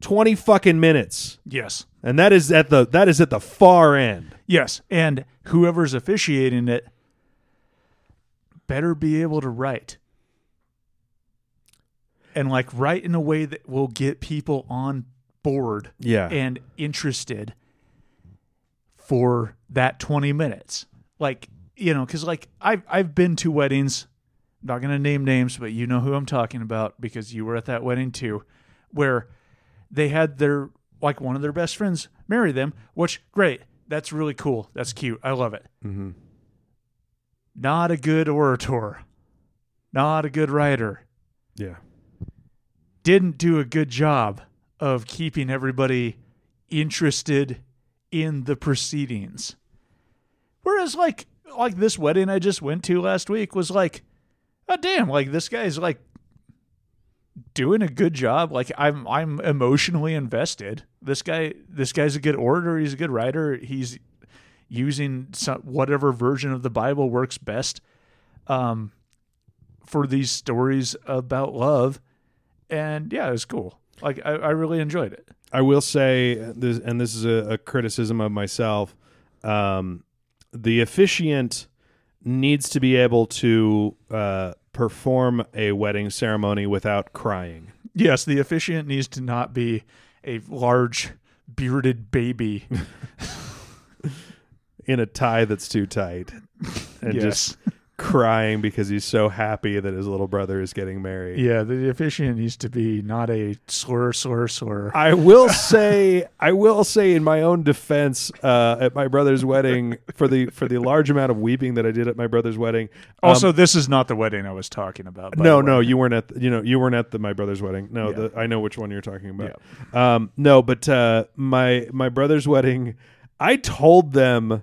A: 20 fucking minutes
B: Yes.
A: and that is at the that is at the far end
B: Yes. And whoever's officiating it better be able to write. And like write in a way that will get people on board
A: Yeah.
B: and interested for that 20 minutes. Like, you know, cuz like I've I've been to weddings. I'm not going to name names, but you know who I'm talking about because you were at that wedding too where they had their like one of their best friends marry them, which great. That's really cool. That's cute. I love it. Not a good orator. Not a good writer.
A: yeah
B: Didn't do a good job of keeping everybody interested in the proceedings. Whereas like like this wedding I just went to last week was like, oh damn, like this guy's like doing a good job. Like I'm I'm emotionally invested. This guy this guy's a good orator, he's a good writer. He's using some, whatever version of the Bible works best um for these stories about love. And yeah, it was cool. Like I, I really enjoyed it.
A: I will say uh, this, and this is a, a criticism of myself. Um, the officiant needs to be able to uh, perform a wedding ceremony without crying.
B: Yes, the officiant needs to not be a large bearded *laughs* baby.
A: in a tie that's too tight and
B: Yes.
A: just crying because he's so happy that his little brother is getting married.
B: *laughs* yeah, the officiant needs to be not a slur, slur, slur.
A: I will say, I will say, in my own defense, uh, at my brother's wedding, for the for the large amount of weeping that I did at my brother's wedding, um,
B: also, this is not the wedding I was talking about. by
A: no,
B: the way.
A: no, you weren't at the, you know you weren't at the my brother's wedding. No,
B: Yeah.
A: the, I know which one you're talking about. Um, no, but uh, my my brother's wedding, I told them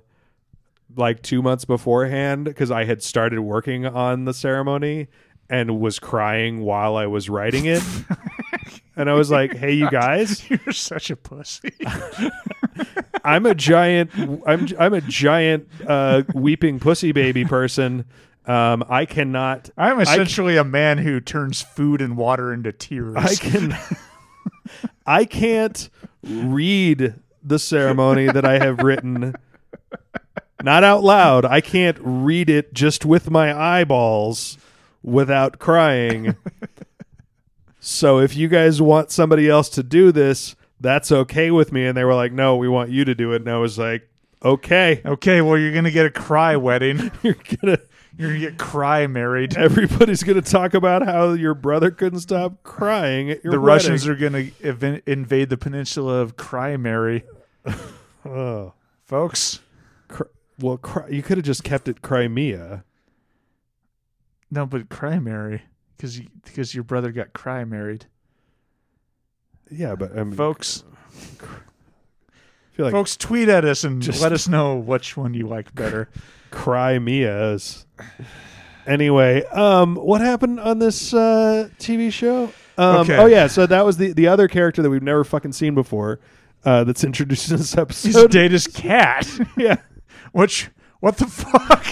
A: like two months beforehand because I had started working on the ceremony and was crying while I was writing
B: *laughs*
A: it. And I was like, "Hey, you guys,
B: *laughs* You're such
A: *laughs*
B: a pussy.
A: I'm a giant. I'm I'm a giant uh, weeping pussy baby person. Um, I cannot.
B: I'm essentially a man who turns food and water into tears.
A: I can *laughs* I can't read the ceremony that I have written not out loud. I can't read it just with my eyeballs without crying. so if you guys want somebody else to do this, that's okay with me and they were like, "No, we want you to do it." And I was like, "Okay. *laughs*
B: okay, well, you're going to get a cry wedding. *laughs*
A: You're going to
B: You're going to get cry married.
A: everybody's going to talk about how your brother couldn't stop crying at your
B: the
A: wedding.
B: Russians are going to ev- invade the peninsula of cry marry.
A: *laughs* Oh.
B: Folks,
A: Cr- well, cri- you could have just kept it Crimea.
B: No, but cry Mary, because because your brother got cry married,
A: Yeah, but um,
B: folks.
A: feel like
B: Folks, tweet at us and
A: Just-
B: let us know which one you like
A: *laughs*
B: better.
A: Crimea is. Anyway, um, what happened on this uh, TV show? Um,
B: Okay.
A: Oh yeah, so that was the the other character that we've never fucking seen before. Uh, that's introduced in this
B: He's
A: episode.
B: Data's cat.
A: *laughs*
B: *laughs*
A: Yeah,
B: Which, what the fuck?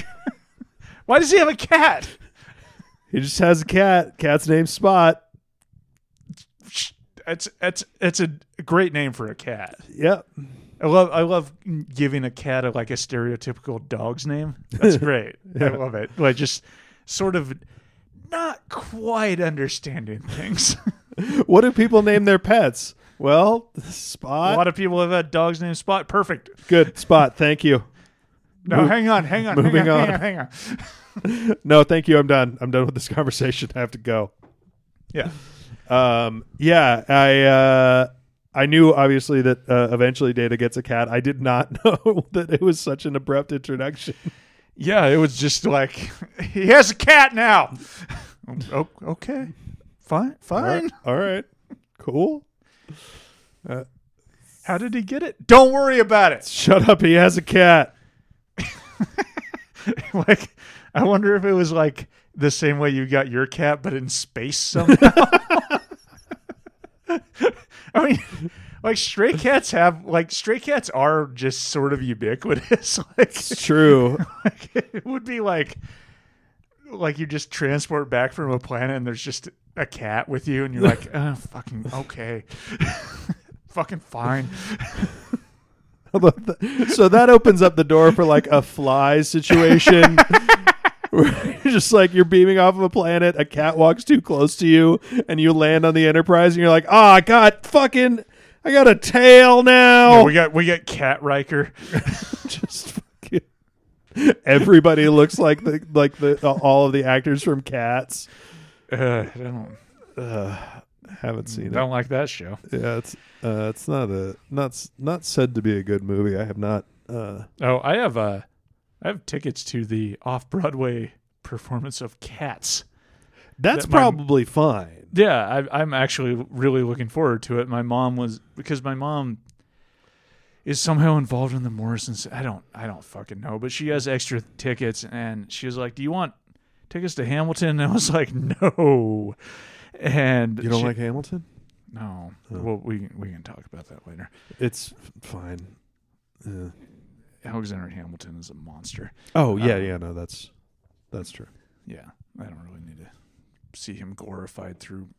B: *laughs* Why does he have a cat?
A: he just has a cat. Cat's named Spot.
B: It's it's it's a great name for a cat.
A: Yep.
B: I love I love giving a cat a, like a stereotypical dog's name. *laughs* That's great. I love it. Like just sort of not quite understanding things. *laughs*
A: What do people name their pets? Well,
B: a
A: Spot.
B: lot of people have had dogs named Spot. Perfect.
A: Good Spot. Thank you.
B: No,
A: Move-
B: hang on, hang on,
A: moving
B: hang on,
A: on.
B: Hang on, hang on.
A: No, thank you. I'm done. I'm done with this *laughs* conversation. I have to go.
B: Yeah.
A: Um, yeah, I uh, I knew obviously that uh, eventually Data gets a cat. I did not *laughs* know that it was such an abrupt *laughs* introduction.
B: Yeah, it was just like *laughs* he has a cat *laughs* now. O- okay, fine, fine.
A: All right, cool.
B: How did he get it? Don't worry about it. *laughs*
A: Shut up. He has a cat.
B: Like, I wonder if it was like the same way you got your cat, but in space somehow. *laughs* I mean, like stray cats have like stray cats are just sort of ubiquitous. *laughs* Like,
A: It's *laughs* true.
B: like it would be like like you just transport back from a planet and there's just a cat with you and you're like oh, fucking okay *laughs* fucking fine
A: so that opens up the door for like a fly situation. *laughs* Where you're just like you're beaming off of a planet, a cat walks too close to you, and you land on the Enterprise, and you're like, "Ah, I got fucking, I got a tail now."
B: we got we got cat riker
A: just fucking *laughs* everybody looks like the like the uh, all of the actors from Cats.
B: uh, i don't
A: Haven't seen it.
B: don't like that show
A: Yeah, it's uh, it's not a not s- not said to be a good movie. I have not. Uh,
B: oh i have uh i have tickets to the off-broadway performance of cats
A: that's
B: That my-
A: probably fine.
B: yeah I, i'm actually really looking forward to it my mom was because my mom is somehow involved in the morrisons i don't i don't fucking know but she has extra tickets and she was like do you want tickets to hamilton *laughs* and i was like no and
A: You don't
B: she-
A: like Oh. Hamilton?
B: no well we, can- we can talk about that later
A: It's f- fine. Yeah.
B: alexander hamilton is a monster
A: Oh yeah,
B: Uh,
A: yeah. No, that's that's true.
B: yeah i don't really need to see him glorified through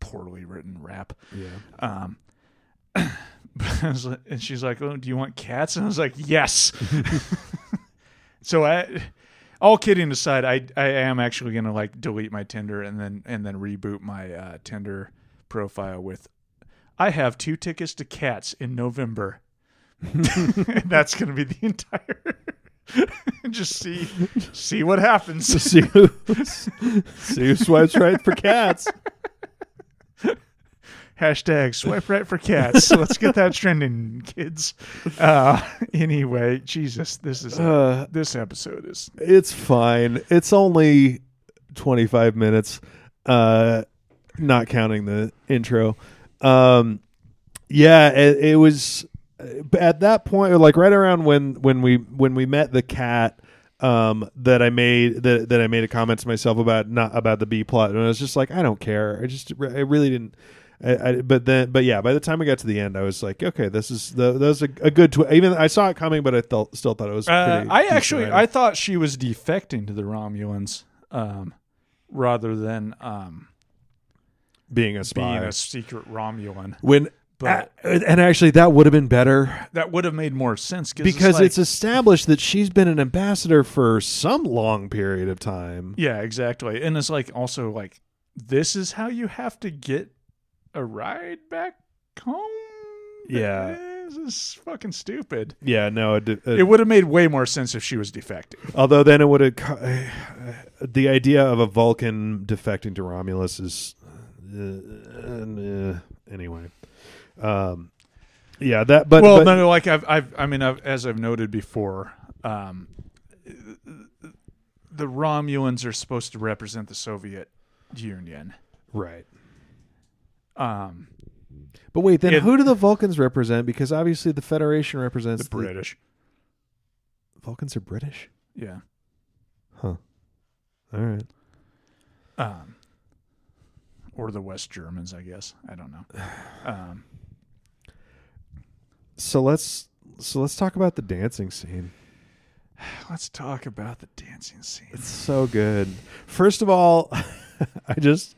B: poorly written rap
A: Yeah.
B: Um, *coughs* but I was like- and she's like, "Oh, do you want cats?" And I was like, "Yes." so I, all kidding aside, I I am actually gonna like delete my Tinder and then and then reboot my uh, Tinder profile with. I have two tickets to cats in November. *laughs* and that's gonna be the entire. *laughs* just see see what happens.
A: *laughs* see who *laughs* see who swipes right for Cats.
B: Hashtag swipe right for *laughs* cats. Let's get that trending, kids. Uh, anyway, Jesus, this is
A: Uh,
B: this episode is
A: It's fine. It's only 25 minutes, uh, not counting the intro. Um, yeah, it, it was uh, at that point, like right around when when we when we met the cat. Um, that I made that that I made a comment to myself about not about the B plot, and I was just like, I don't care. I just I really didn't. I, I, but then, but yeah, by the time we got to the end, I was like, okay, this is the, that was a, a good. Tw- even I saw it coming, but I thought still thought it was.
B: Uh,
A: pretty
B: I
A: decent
B: actually
A: writing.
B: I thought she was defecting to the Romulans um, rather than um,
A: being a spy.
B: being a secret Romulan.
A: when
B: But-
A: a- and actually that would have been better
B: That would have made more sense
A: because
B: like-
A: it's established that she's been an ambassador for some long period of time.
B: yeah exactly, and it's like also like this is how you have to get a ride back home.
A: Yeah.
B: this is fucking stupid.
A: Yeah, no. It, it,
B: It would have made way more sense if she was defective.
A: although then it would have co- the idea of a Vulcan defecting to Romulus is uh, uh, anyway. Um, yeah, that. But
B: well,
A: but-
B: no, no, like I've, I've, I mean, I've, as I've noted before, um, the Romulans are supposed to represent the Soviet Union.
A: right.
B: Um,
A: But wait, then
B: It-
A: who do the Vulcans represent? Because obviously the Federation represents
B: The British.
A: Vulcans are British.
B: Yeah.
A: All right.
B: Um, or the West Germans, I guess. I don't *sighs* know. Um,
A: So let's so let's talk about the dancing scene.
B: let's talk about the dancing scene.
A: It's so good. First of all, *laughs* I just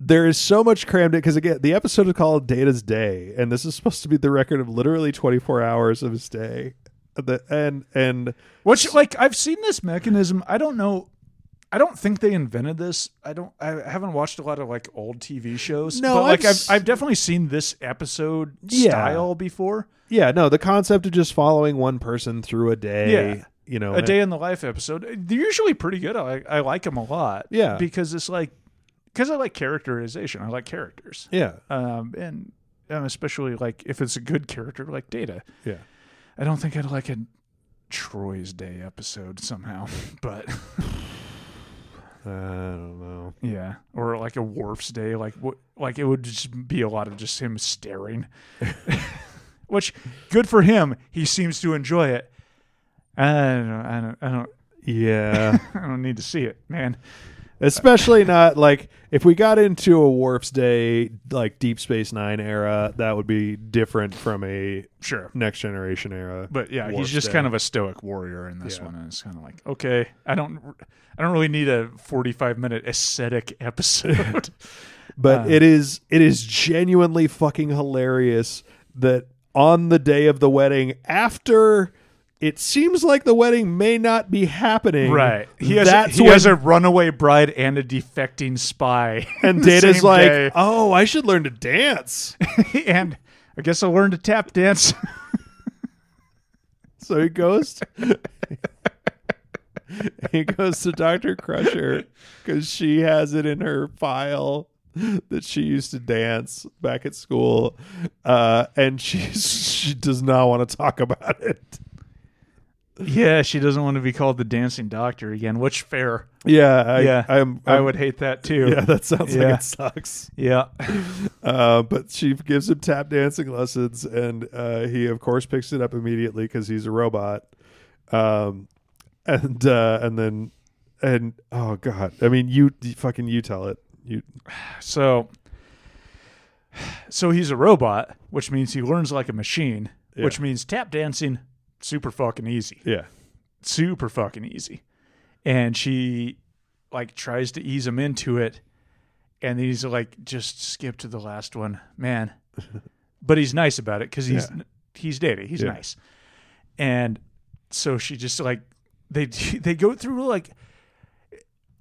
A: there is so much crammed in because again, the episode is called Data's Day, and this is supposed to be the record of literally 24 hours of his day. The and and
B: Which, like, I've seen this mechanism. I don't know. I don't think they invented this. I don't. I haven't watched a lot of like old TV shows.
A: No,
B: but, like
A: I've
B: I've
A: s-
B: I've definitely seen this episode
A: Yeah.
B: style before.
A: yeah, no, the concept of just following one person through a day,
B: Yeah.
A: you know,
B: A day in the life episode. They're usually pretty good. I I like them a lot.
A: Yeah.
B: because it's like because I like characterization. I like characters.
A: yeah,
B: Um, and um, especially like if it's a good character like Data.
A: yeah.
B: I don't think I'd like a Troy's Day episode somehow, *laughs* but
A: I don't know.
B: yeah, or like a Worf's Day, like what, like it would just be a lot of just him staring.
A: *laughs*
B: Which, good for him. He seems to enjoy it. I don't, I don't, I don't,
A: Yeah.
B: I don't need to see it, man.
A: Especially not like if we got into a Warp's Day like Deep Space Nine era, that would be different from a
B: Sure,
A: Next Generation era.
B: but yeah, he's
A: Worf's
B: just
A: Day.
B: kind of a stoic warrior in this
A: Yeah.
B: one, and it's kind of like, okay, I don't, I don't really need a forty-five minute ascetic *laughs*
A: *laughs*
B: episode.
A: but
B: uh,
A: it is it is genuinely fucking hilarious that on the day of the wedding after it seems like the wedding may not be happening.
B: Right. He has,
A: that's
B: he
A: when-
B: has a runaway bride and a defecting spy.
A: *laughs* and
B: in the
A: Data's
B: same
A: like,
B: day.
A: "Oh, I should learn to dance."
B: *laughs* and I guess I'll learn to tap dance. *laughs*
A: So he goes. *laughs* he goes to Doctor Crusher because she has it in her file that she used to dance back at school, uh, and she she does not want to talk about it.
B: yeah, she doesn't want to be called the dancing doctor again, which fair.
A: Yeah, I,
B: yeah,
A: I'm,
B: I
A: I'm-
B: would hate that too.
A: Yeah, that sounds
B: Um, Yeah.
A: like it sucks.
B: Yeah.
A: Uh, but she gives him tap dancing lessons, and uh, he of course picks it up immediately because he's a robot. Um, and uh, and then and oh god, I mean you, you fucking you tell it. You
B: So, so he's a robot, which means he learns like a machine,
A: Yeah.
B: which means tap dancing super fucking easy.
A: yeah
B: super fucking easy. And she like tries to ease him into it. And he's like, just skip to the last one,
A: *laughs*
B: man. But he's nice about it because he's he's Davey. He's
A: Yeah.
B: nice. And so she just like they *laughs* they go through like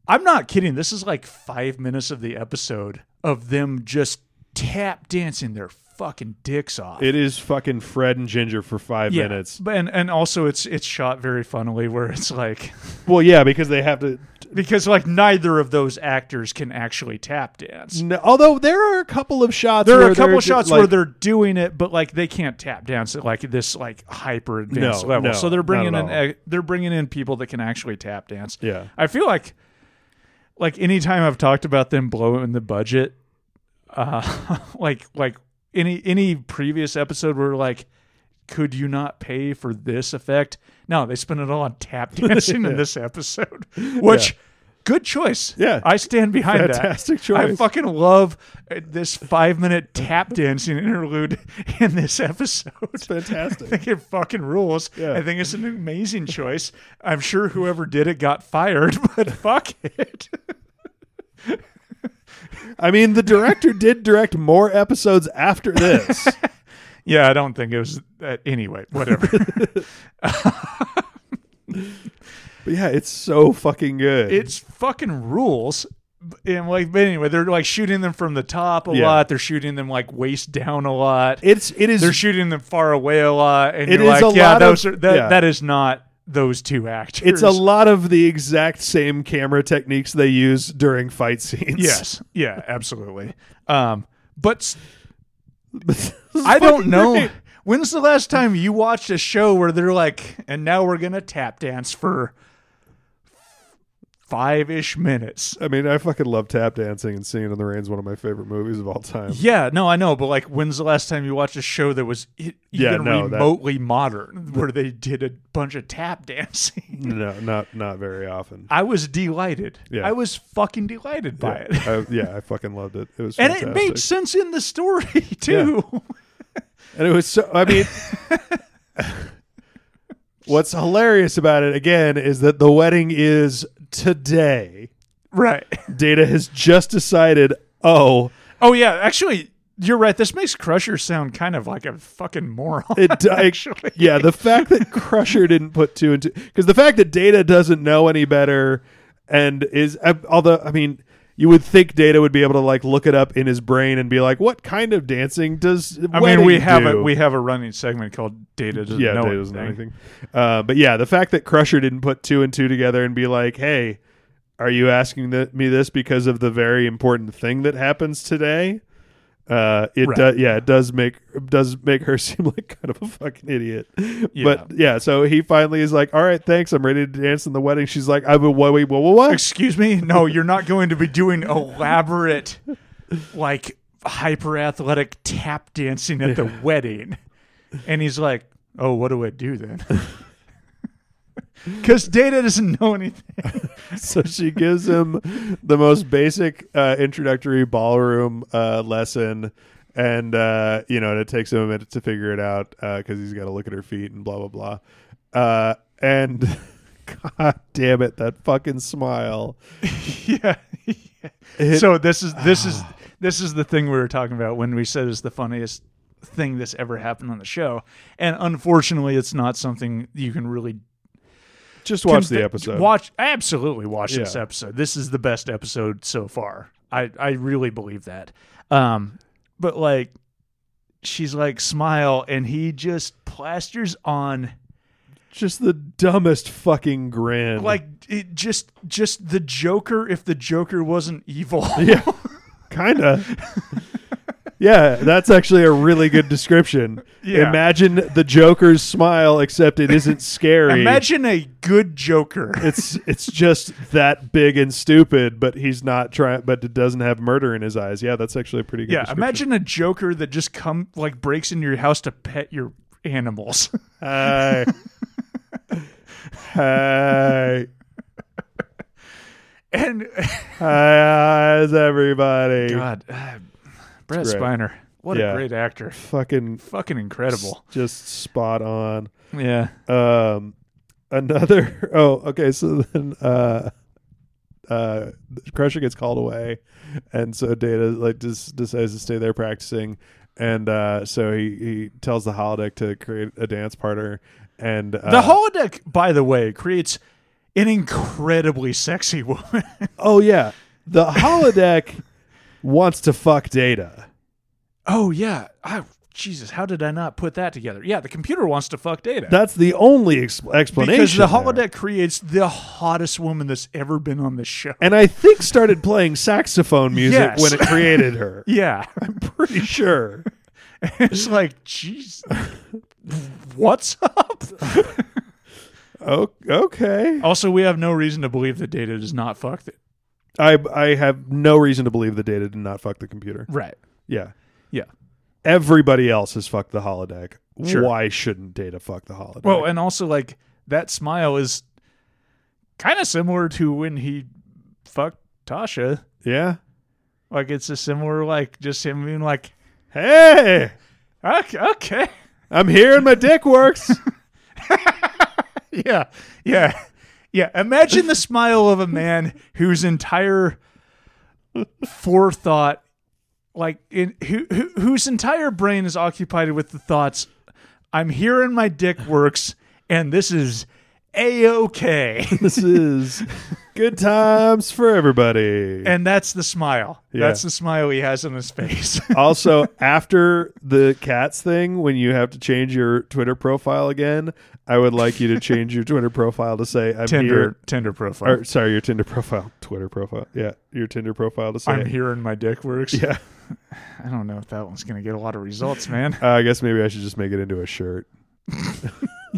B: I'm not kidding. This is like five minutes of the episode of them just tap dancing their fucking dicks off.
A: It is fucking Fred and Ginger for five minutes.
B: But- And and also it's it's shot very funnily where it's like
A: Well, yeah, because they have to.
B: because like neither of those actors can actually tap dance.
A: No, although there are a couple of shots.
B: There are
A: where
B: a couple
A: they're
B: of shots
A: ju- like-
B: where they're doing it, but like they can't tap dance at like this like hyper advanced
A: No,
B: level.
A: no,
B: so they're bringing
A: not
B: in
A: at all.
B: uh, they're bringing in people that can actually tap dance.
A: Yeah.
B: I feel like like anytime I've talked about them blowing the budget, uh, *laughs* like like any any previous episode where like could you not pay for this effect? No, they spent it all on
A: *laughs*
B: tap dancing in this episode, which good choice.
A: Yeah.
B: I stand behind
A: Fantastic
B: that. I
A: choice.
B: fucking love uh, this five minute tap dancing interlude in this episode. *laughs*
A: fantastic.
B: I think it fucking rules.
A: Yeah.
B: I think it's an amazing choice. I'm sure whoever did it got fired, *laughs* but fuck it.
A: I mean, the director did direct more episodes after
B: *laughs*
A: this.
B: Yeah, I don't think it was that. Anyway, whatever.
A: *laughs* but yeah, it's so fucking good.
B: it's fucking rules. And like, but anyway, they're like shooting them from the top a
A: Yeah.
B: lot. They're shooting them like waist down a lot.
A: it's it is
B: they're shooting them far away a lot. And
A: It
B: you're
A: is
B: like,
A: a
B: yeah,
A: lot
B: those
A: of-
B: are that,
A: yeah.
B: that is not those two actors.
A: It's a lot of the exact same camera techniques they use during fight scenes.
B: yes, yeah, absolutely. Um, but s-
A: Yes.
B: I don't know. When's the last time you watched a show where they're like, and now we're gonna tap dance for five ish minutes.
A: *laughs* I mean, I fucking love tap dancing and Singing in the Rain is one of my favorite movies of all time.
B: Yeah, no, I know, but like, when's the last time you watched a show that was e-
A: Yeah,
B: even
A: no, that-
B: remotely modern, where they did a bunch of tap *laughs* dancing?
A: *laughs* No, not not very often.
B: I was delighted.
A: Yeah.
B: I was fucking delighted by it.
A: I, yeah, I fucking loved it. It was
B: and
A: fantastic.
B: it made sense in the story *laughs* too.
A: And it was so. I *laughs* mean, what's hilarious about it again is that the wedding is today.
B: right.
A: Data has just decided. Oh,
B: Oh yeah, actually you're right. This makes Crusher sound kind of like a fucking moron.
A: it di-
B: actually.
A: Yeah, the fact that Crusher didn't put two and two because the fact that Data doesn't know any better and is I- although I mean. You would think Data would be able to like look it up in his brain and be like, "What kind of dancing does?"
B: *laughs* I mean, we
A: wedding
B: have
A: do?
B: a we have a running segment called "Data Doesn't
A: yeah,
B: Know
A: Data
B: Anything."
A: doesn't know anything. Uh, but yeah, the fact that Crusher didn't put two and two together and be like, "Hey, are you asking th- me this because of the very important thing that happens today?" Uh, it
B: Right.
A: does. Yeah, it does make does make her *laughs* seem like kind of a fucking idiot. But yeah, so he finally is like, "All right, thanks. I'm ready to dance in the wedding." She's like, "I will. Wait, wait, what? What? what?
B: Excuse me? No, you're not going to be doing elaborate, like hyper athletic tap dancing at the wedding. And he's like, Oh, what do I do
A: *laughs*
B: then? *laughs* Because Data doesn't know anything.
A: *laughs* so she gives him the most basic uh, introductory ballroom uh, lesson and uh, you know and it takes him a minute to figure it out because he's got to look at her feet and blah blah blah uh, and *laughs* god damn it that fucking smile
B: yeah.
A: It- Ah.
B: so this is this is this is the thing we were talking about when we said it's the funniest thing that's ever happened on the show. And unfortunately it's not something you can really
A: just watch the
B: convi-
A: episode
B: Watch absolutely watch this
A: Yeah.
B: episode. This is the best episode so far. I I really believe that. Um, but like, she's like smile, and he just plasters on
A: just the dumbest fucking grin
B: like it just just the Joker if the Joker wasn't evil.
A: yeah *laughs* kinda yeah that's actually a really good description
B: Yeah.
A: imagine the joker's smile except it isn't scary
B: Imagine a good Joker.
A: it's it's just that big and stupid, but he's not trying, but it doesn't have murder in his eyes. Yeah, that's actually a pretty good.
B: yeah,
A: description.
B: imagine a Joker that just come like breaks into your house to pet your animals. *laughs*
A: Hey. hey,
B: and
A: hey, how's everybody?
B: *sighs* God, uh, Brett
A: great.
B: Spiner, what
A: Yeah.
B: a great actor.
A: Fucking
B: fucking incredible.
A: just spot on.
B: Yeah.
A: Um, another. *laughs* Oh, okay. So then, uh, uh, Crusher gets called away, and so Data like just decides to stay there practicing, and uh, so he he tells the holodeck to create a dance partner, and uh,
B: The holodeck, by the way, creates an incredibly sexy *laughs* woman.
A: oh yeah, the holodeck *laughs* wants to fuck Data.
B: oh yeah. I, Jesus, how did I not put that together? Yeah, the computer wants to fuck data.
A: That's the only ex- explanation.
B: because the
A: there.
B: holodeck creates the hottest woman that's ever been on this show.
A: and I think started playing saxophone music
B: Yes.
A: when it created
B: *laughs*
A: her.
B: *laughs* yeah.
A: Pretty sure.
B: it's like, *laughs* jeez. What's *laughs* up?
A: Oh, okay.
B: Also, we have no reason to believe that data does not fuck it.
A: I I have no reason to believe the data did not fuck the computer.
B: Right.
A: Yeah.
B: Yeah.
A: Everybody else has fucked the holodeck.
B: Sure.
A: Why shouldn't data fuck the holodeck?
B: Well, uh, and also like that smile is kind of similar to when he fucked Tasha.
A: yeah.
B: Like it's a similar like just him being like,
A: Hey,
B: okay, okay.
A: I'm here and my dick
B: *laughs*
A: works.
B: yeah, yeah, yeah. Imagine the smile of a man whose entire forethought, like in who, who whose entire brain is occupied with the thoughts, I'm here and my dick works, and this is a okay.
A: this is good times for everybody.
B: *laughs* And that's the smile.
A: Yeah.
B: That's the smile he has on his face. *laughs*
A: also, after the cats thing, when you have to change your Twitter profile again, I would like you to change your Twitter profile to say I'm here.
B: Tinder profile.
A: Or, sorry, your Tinder profile, Twitter profile. Yeah, your Tinder profile to say
B: I'm here and my dick works.
A: Yeah.
B: I don't know if that one's gonna get a lot of results, man.
A: Uh, I guess maybe I should just make it into a shirt.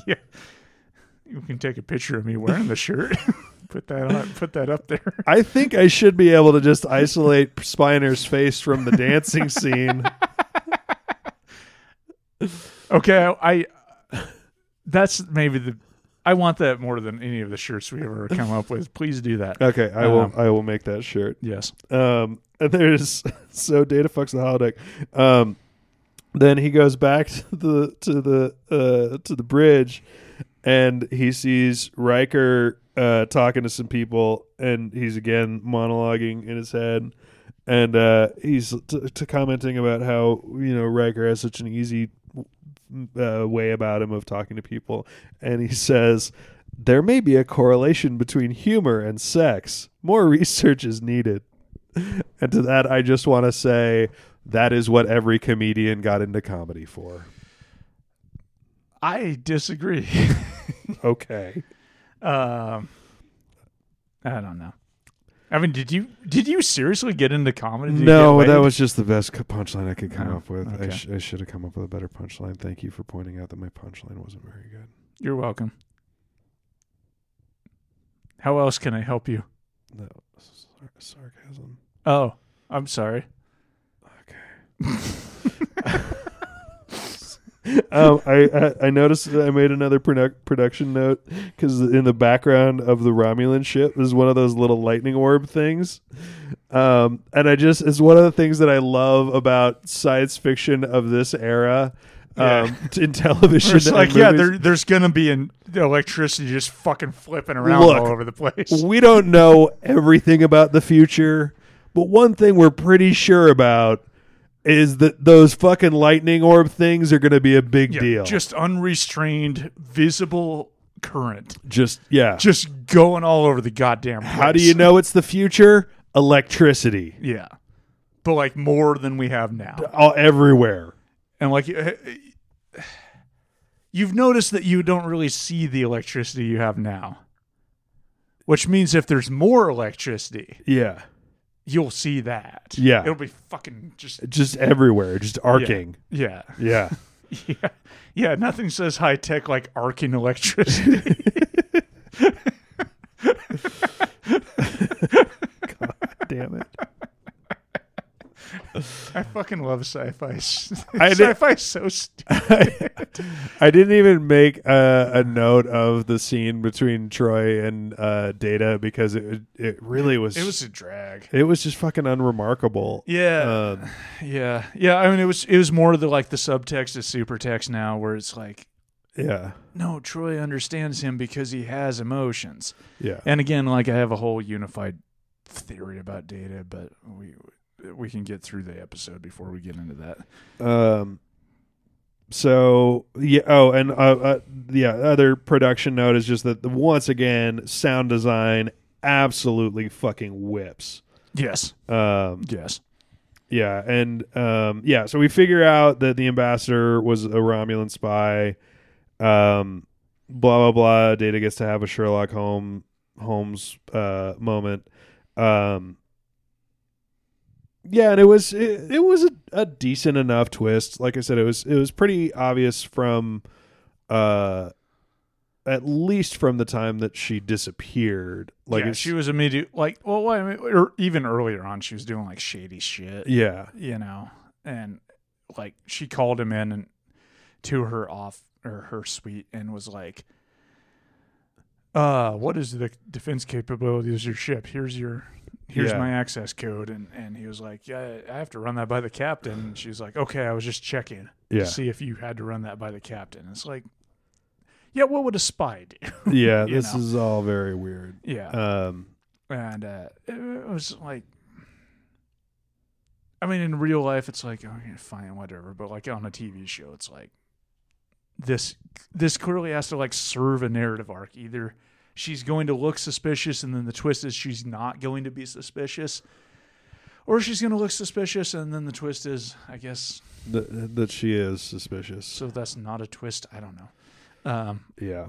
B: yeah. You can take a picture of me wearing the shirt. *laughs* Put that on. Put that up there.
A: I think I should be able to just isolate Spiner's face from the dancing scene.
B: Okay, I. That's maybe the. I want that more than any of the shirts we ever come up with. Please do that.
A: *laughs* Okay, I will.
B: Um,
A: I will make that shirt.
B: Yes.
A: Um, *laughs* and there's so data fucks the holodeck. Um, then he goes back *laughs* to the to the uh, to the bridge, and he sees Riker uh, talking to some people, and he's again monologuing in his head, and uh, he's t- t- commenting about how you know Riker has such an easy uh, way about him of talking to people, and he says. There may be a correlation between humor and sex. More *laughs* research is needed. And to that, I just want to say that is what every comedian got into comedy for.
B: I disagree. *laughs*
A: Okay.
B: um, I don't know. I mean, did you did you seriously get into comedy? Did you
A: No,
B: get laid?
A: that was just the best co- punchline I could come
B: Oh,
A: up with. I,
B: okay.
A: sh- I should have come up with a better punchline. Thank you for pointing out that my punchline wasn't very good.
B: You're welcome. How else can I help you?
A: No, sar- sarcasm.
B: Oh, I'm sorry.
A: um, I, I I noticed that I made another produ- production note because in the background of the Romulan ship is one of those little lightning orb things, um, and I just it's one of the things that I love about science fiction of this era, um, t- in television.
B: It's
A: and
B: like, yeah,
A: movies.
B: there, there's gonna be an the electricity just fucking flipping around
A: Look.
B: all over the place.
A: we don't know everything about the future, but one thing we're pretty sure about is that those fucking lightning orb things are going to be a big
B: Yeah,
A: deal.
B: Just unrestrained, visible current,
A: just yeah.
B: just going all over the goddamn. Place.
A: How do you know it's the future? Electricity.
B: Yeah, but like more than we have now,
A: All everywhere.
B: and like. eh, eh, You've noticed that you don't really see the electricity you have now, which means if there's more electricity,
A: Yeah.
B: you'll see that.
A: Yeah.
B: It'll be fucking just
A: Just everywhere. Just arcing.
B: yeah. *laughs*
A: Yeah. *laughs*
B: Yeah. Yeah, nothing says high tech like arcing electricity.
A: *laughs* Damn it.
B: I fucking love sci-fi.
A: I did-
B: sci-fi is so stupid.
A: I didn't even make a, a note of the scene between Troy and uh, Data because it it really was
B: It was a drag.
A: it was just fucking unremarkable.
B: Yeah.
A: Um,
B: yeah. Yeah, I mean it was it was more the like the subtext is super text now where it's like
A: yeah.
B: no, Troy understands him because he has emotions.
A: Yeah.
B: And again, like I have a whole unified theory about data, but we we can get through the episode before we get into that.
A: Um. So yeah. Oh, and uh, uh yeah. Other production note is just that the, once again, sound design absolutely fucking whips.
B: Yes.
A: Um.
B: Yes.
A: Yeah. And um. Yeah. So we figure out that the ambassador was a Romulan spy. Um. Blah blah blah. Data gets to have a Sherlock Holmes Holmes uh moment. Um. yeah and it was it, it was a, a decent enough twist like i said it was it was pretty obvious from uh at least from the time that she disappeared like
B: Like yeah,
A: it's-
B: she was immediate. Like, well, why- I mean, or even earlier on, she was doing like shady shit,
A: yeah
B: you know, and like she called him in and to her off or her suite and was like, "Uh, what is the defense capabilities of your ship? Here's your." Here's
A: Yeah.
B: my access code, and, and he was like, "Yeah, I have to run that by the captain." And she's like, "Okay, I was just checking
A: Yeah.
B: to see if you had to run that by the captain." It's like, yeah, what would a spy do? *laughs*
A: yeah
B: *laughs* You
A: this
B: know.
A: is all very weird
B: yeah,
A: um
B: and uh, it was like i mean in real life it's like okay fine whatever but like on a tv show it's like this this clearly has to like serve a narrative arc either she's going to look suspicious and then the twist is she's not going to be suspicious or she's going to look suspicious and then the twist is i guess
A: th- that she is suspicious
B: so that's not a twist i don't know um
A: yeah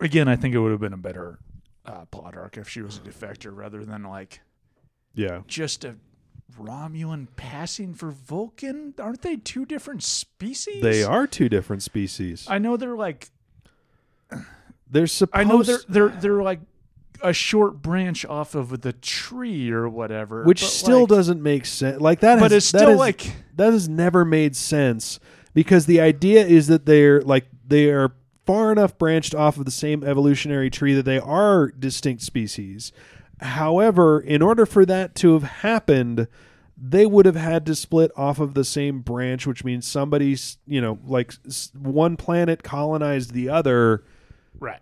B: again i think it would have been a better uh, plot arc if she was a defector rather than like
A: yeah
B: just a Romulan passing for Vulcan? Aren't they two different species?
A: they are two different species
B: I know they're like
A: they're supposed
B: I know they're they're they're like a short branch off of the tree or whatever.
A: which
B: but,
A: still
B: like,
A: doesn't make sense. Like that,
B: But
A: has-
B: it's
A: that
B: still
A: is-
B: like-
A: that has never made sense because the idea is that they're like they are far enough branched off of the same evolutionary tree that they are distinct species. However, in order for that to have happened, they would have had to split off of the same branch, which means somebody's you know like s- one planet colonized the other
B: right.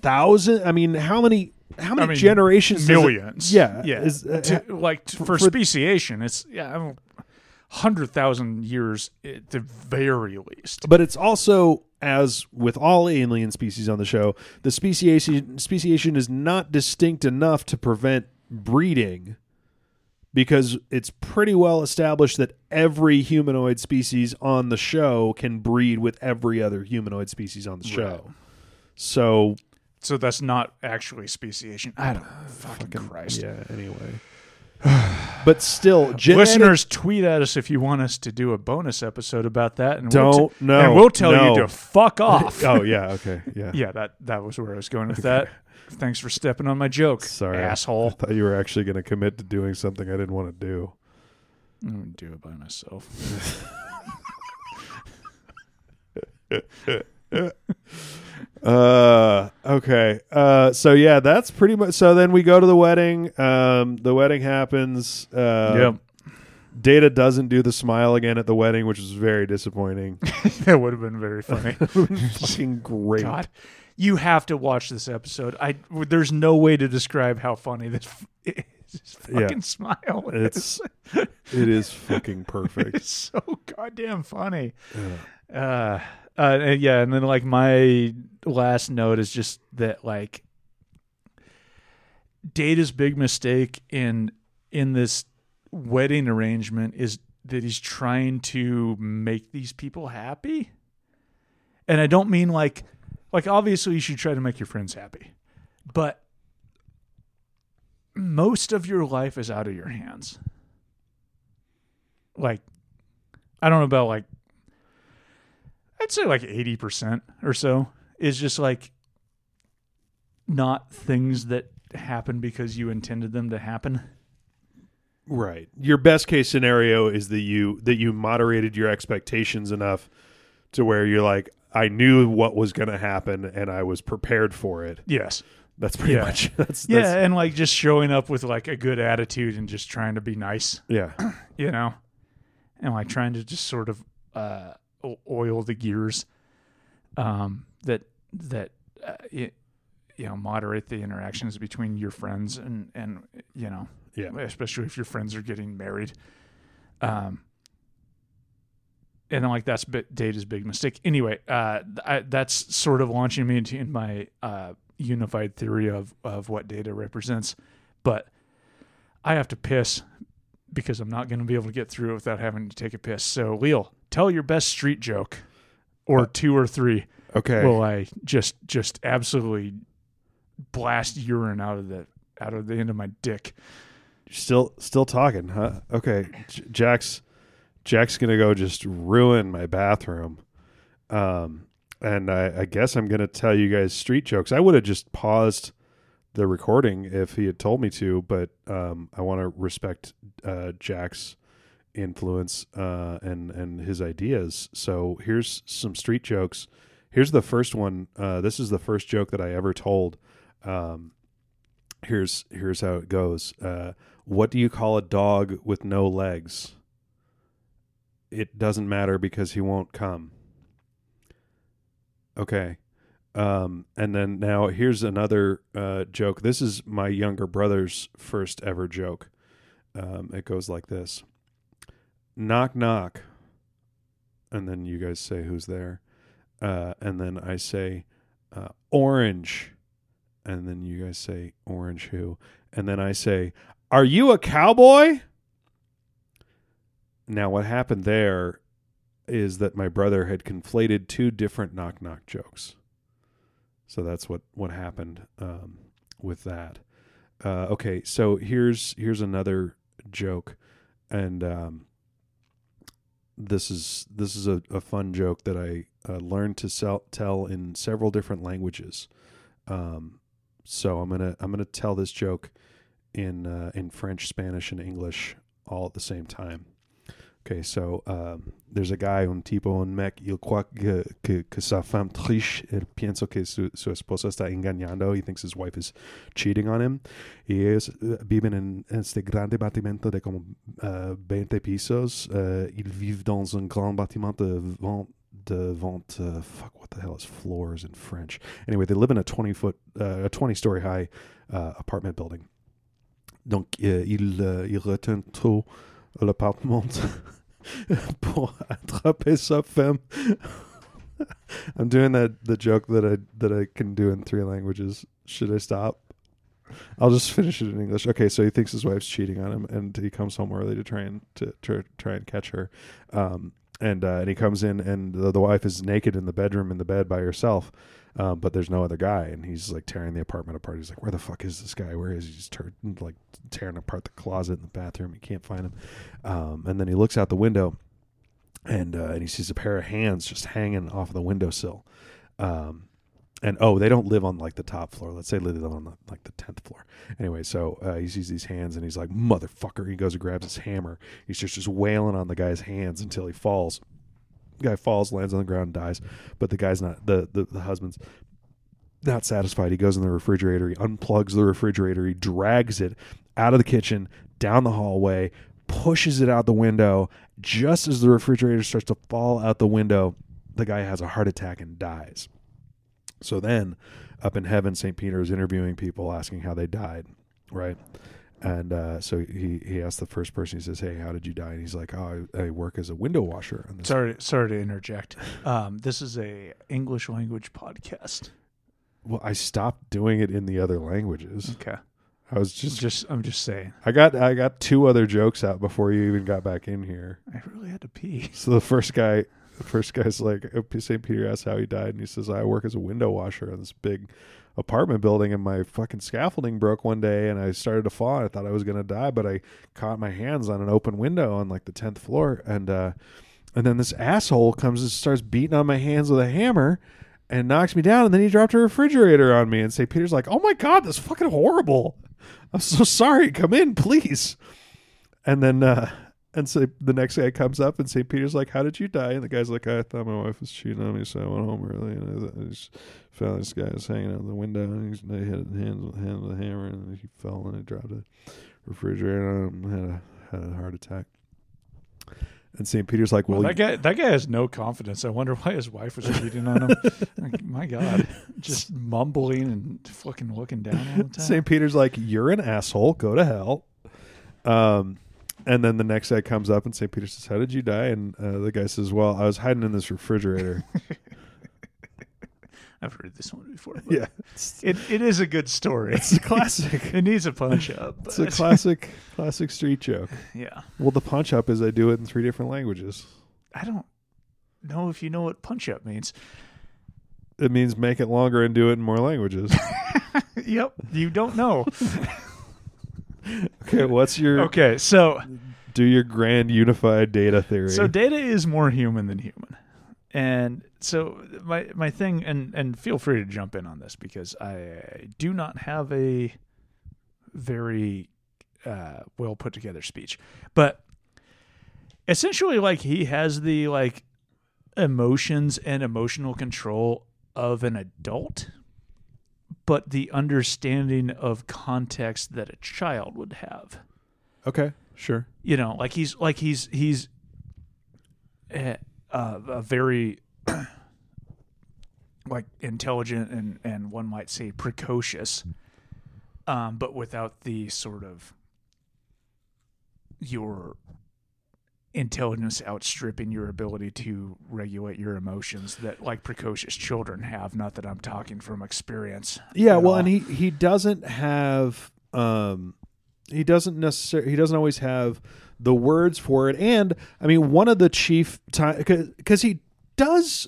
A: thousand. I mean, how many? How many
B: mean,
A: generations? does it-
B: millions.
A: yeah,
B: yeah.
A: is- uh,
B: To- like t-
A: for-
B: for, speciation, it's yeah, hundred thousand years at the very least.
A: but it's also as with all alien species on the show the speciation speciation is not distinct enough to prevent breeding because it's pretty well established that every humanoid species on the show can breed with every other humanoid species on the show so
B: So that's not actually speciation. I don't know. Fucking, Christ.
A: yeah anyway *sighs* but
B: *sighs*
A: still genetic,
B: Listeners, tweet at us if you want us to do a bonus episode about that, and we'll
A: Don't-
B: t-
A: no,
B: and we'll tell
A: no.
B: you
A: *laughs*
B: to fuck off.
A: *laughs* oh yeah okay yeah,
B: *laughs* Yeah, that that was where I was going with that. Thanks for stepping on my joke,
A: Sorry. *laughs*
B: asshole.
A: thought you were actually going to commit to doing something i didn't want to do
B: I'm gonna do it by myself. *laughs*
A: Uh okay. Uh so yeah, that's pretty much so then we go to the wedding. Um the wedding happens. Uh Data doesn't do the smile again at the wedding, which is very
B: *laughs*
A: disappointing.
B: that would have been
A: *laughs*
B: very funny.
A: Fucking great.
B: God, you have to watch this episode. I there's no way to describe how funny this *laughs* f- this fucking
A: Yeah.
B: smile is.
A: It's it is fucking perfect.
B: It's *laughs* so goddamn funny. Uh, uh, and yeah, and then like my last note is just that like Data's big mistake in in this wedding arrangement is that he's trying to make these people happy. And I don't mean like like obviously you should try to make your friends happy. But most of your life is out of your hands like I don't know about like I'd say like eighty percent or so is just like not things that happen because you intended them to happen.
A: right. Your best case scenario is that you that you moderated your expectations enough to where you're like I knew what was going to happen and I was prepared for it.
B: Yes.
A: That's pretty
B: Yeah.
A: much *laughs* that's, that's
B: Yeah, and like just showing up with like a good attitude and just trying to be nice,
A: yeah.
B: you know, and like trying to just sort of uh, o- oil the gears um, that that uh, y you know moderate the interactions between your friends and and you know
A: Yeah.
B: especially if your friends are getting married. Um, and then like that's bit data's big mistake. Anyway, uh, th- I, that's sort of launching me into my uh, unified theory of of what data represents. But I have to piss because I'm not going to be able to get through it without having to take a piss. So, Leal, tell your best street joke, or two or three.
A: Uh, Okay.
B: Will I just just absolutely blast urine out of the out of the end of my dick?
A: still still talking huh okay J- jack's jack's gonna go just ruin my bathroom um and i, I guess i'm gonna tell you guys street jokes i would have just paused the recording if he had told me to but um i want to respect uh jack's influence uh and and his ideas so here's some street jokes here's the first one uh this is the first joke that i ever told um here's here's how it goes. Uh, what do you call a dog with no legs? It doesn't matter because he won't come. Okay. Um, and then now here's another uh, joke. This is my younger brother's first ever joke. Um, it goes like this Knock, knock. And then you guys say, Who's there? Uh, and then I say, uh, Orange and then you guys say orange who and then i say are you a cowboy now what happened there is that my brother had conflated two different knock knock jokes so that's what what happened um, with that uh, okay so here's here's another joke and um, this is this is a, a fun joke that i uh, learned to sell, tell in several different languages um, So I'm gonna I'm gonna tell this joke in uh, in French, Spanish, and English all at the same time. Okay, so um, there's a guy, un tipo, un mec, il croit que, que, que sa femme triche, él piensa que su, su esposa está engañando, he thinks his wife is cheating on him. Y ellos eh, viven en este gran bâtiment de como uh, 20 pisos, uh, ils vivent dans un grand bâtiment de 20, de 20, uh, fuck, what the hell is floors in French? Anyway, they live in a 20 foot, uh, a 20 story high uh, apartment building. Donc, euh, il, euh, il retient trop l'appartement *laughs* pour attraper sa femme. *laughs* I'm doing that the joke that I that I can do in three languages. Should I stop? I'll just finish it in English. Okay, so he thinks his wife's cheating on him, and he comes home early to try and to, to try and catch her. Um, and uh, and he comes in, and the, the wife is naked in the bedroom in the bed by herself, um, but there's no other guy, and he's like tearing the apartment apart. He's like, "Where the fuck is this guy? Where is he?" He's tur- like tearing apart the closet in the bathroom. He can't find him, um, and then he looks out the window, and uh, and he sees a pair of hands just hanging off the windowsill. Um, and oh, they don't live on like the top floor. Let's say they live on the, like the tenth floor. Anyway, so uh, he sees these hands and he's like, "Motherfucker!" He goes and grabs his hammer. He's just just wailing on the guy's hands until he falls. guy falls, lands on the ground, and dies. But the guy's not the the, the husband's not satisfied. He goes in the refrigerator. He unplugs the refrigerator. He drags it out of the kitchen, down the hallway, pushes it out the window. Just as the refrigerator starts to fall out the window, the guy has a heart attack and dies. So then, up in heaven, St. Peter is interviewing people, asking how they died, right? And uh, so he, he asked the first person, he says, Hey, how did you die? And he's like, Oh, I, I work as a window washer. And this-
B: Sorry, sorry to interject. Um, this is a English language podcast.
A: well, I stopped doing it in the other languages.
B: Okay,
A: I was just,
B: just I'm just saying.
A: I got I got two other jokes out before you even got back in here.
B: I really had to pee.
A: So the first guy, the first guy's like, St. Peter asks how he died, and he says, I work as a window washer in this big apartment building, and my fucking scaffolding broke one day, and I started to fall, and I thought I was going to die, but I caught my hands on an open window on like the 10th floor, and, uh, and then this asshole comes and starts beating on my hands with a hammer and knocks me down, and then he dropped a refrigerator on me, and St. Peter's like, oh my God, that's fucking horrible. I'm so sorry. Come in, please. And then, uh, and so the next guy comes up, and St. Peter's like, "How did you die?" And the guy's like, "I thought my wife was cheating on me, so I went home early, and I, th- I just found this guy was hanging out the window, and he's they hit hands with hand with a hammer, and he fell and it dropped a refrigerator on him, and had a had a heart attack." And St. Peter's like, "Well,
B: Oh, that guy, that guy has no confidence. I wonder why his wife was cheating
A: *laughs*
B: on him. Like, my God, just mumbling and fucking looking down all the time.
A: St. Peter's like, "You're an asshole. Go to hell." Um, and then the next guy comes up, and St. Peter says, "How did you die?" And uh, the guy says, "Well, I was hiding in this refrigerator."
B: I've heard this one before. but
A: yeah,
B: it, it is a good story.
A: it's a classic.
B: *laughs* It needs a punch up.
A: It's a
B: but-
A: classic, classic street joke.
B: Yeah,
A: Well, the punch up is I do it in three different languages.
B: I don't know if you know what punch up means. *laughs*
A: It means make it longer and do it in more languages. *laughs*
B: Yep, you don't know.
A: okay, what's your
B: okay, so
A: do your grand unified data theory?
B: So data is more human than human. And so my my thing and and feel free to jump in on this because I do not have a very uh, well put together speech. But essentially like he has the like emotions and emotional control of an adult but the understanding of context that a child would have
A: okay, sure.
B: you know like he's like he's he's a, a, a very *clears throat* like intelligent and and one might say precocious um but without the sort of your intelligence outstripping your ability to regulate your emotions that like precocious children have not that i'm talking from experience
A: Yeah,
B: at
A: well,
B: all.
A: and he he doesn't have um he doesn't necessarily he doesn't always have the words for it, and I mean one of the chief time because he does,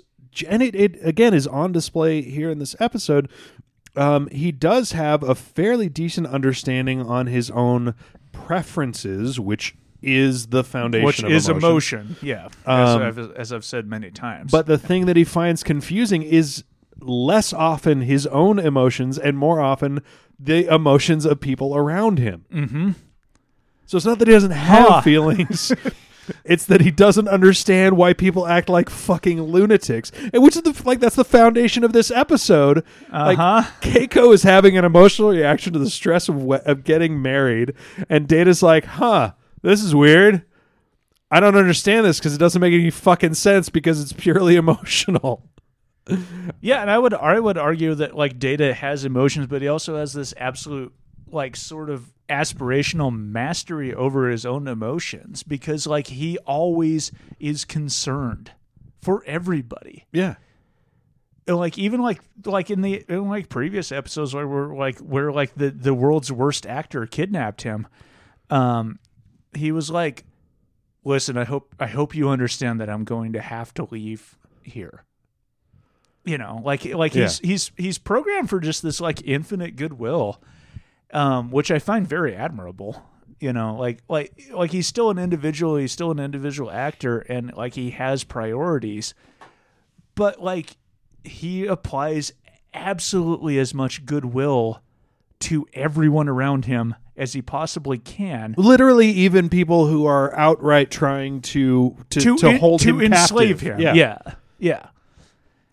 A: and it, it again is on display here in this episode. um, he does have a fairly decent understanding on his own preferences, which is the foundation
B: which
A: of
B: is
A: emotion. Um,
B: emotion, yeah as, I've, as i've said many times
A: But the thing that he finds confusing is less often his own emotions and more often the emotions of people around him. Mm-hmm. So it's not that he doesn't have
B: Mm. Huh. *laughs*
A: feelings. It's that he doesn't understand why people act like fucking lunatics, and which is the like that's the foundation of this episode.
B: Uh-huh.
A: Like Keiko is having an emotional reaction to the stress of we- of getting married, and Data's like, "Huh, this is weird. I don't understand this because it doesn't make any fucking sense because it's purely *laughs* emotional."
B: Yeah, and I would I would argue that like Data has emotions, but he also has this absolute like sort of aspirational mastery over his own emotions because like he always is concerned for everybody.
A: Yeah,
B: And, like even like like in the in like previous episodes where we're like where like the the world's worst actor kidnapped him um he was like listen i hope i hope you understand that i'm going to have to leave here you know like like he's he's he's programmed for just this like infinite goodwill um which i find very admirable you know like like like he's still an individual he's still an individual actor and like he has priorities but like he applies absolutely as much goodwill to everyone around him as he possibly can
A: literally, even people who are outright trying to to to,
B: en-
A: hold
B: to
A: him
B: enslave
A: captive.
B: him. Yeah, yeah.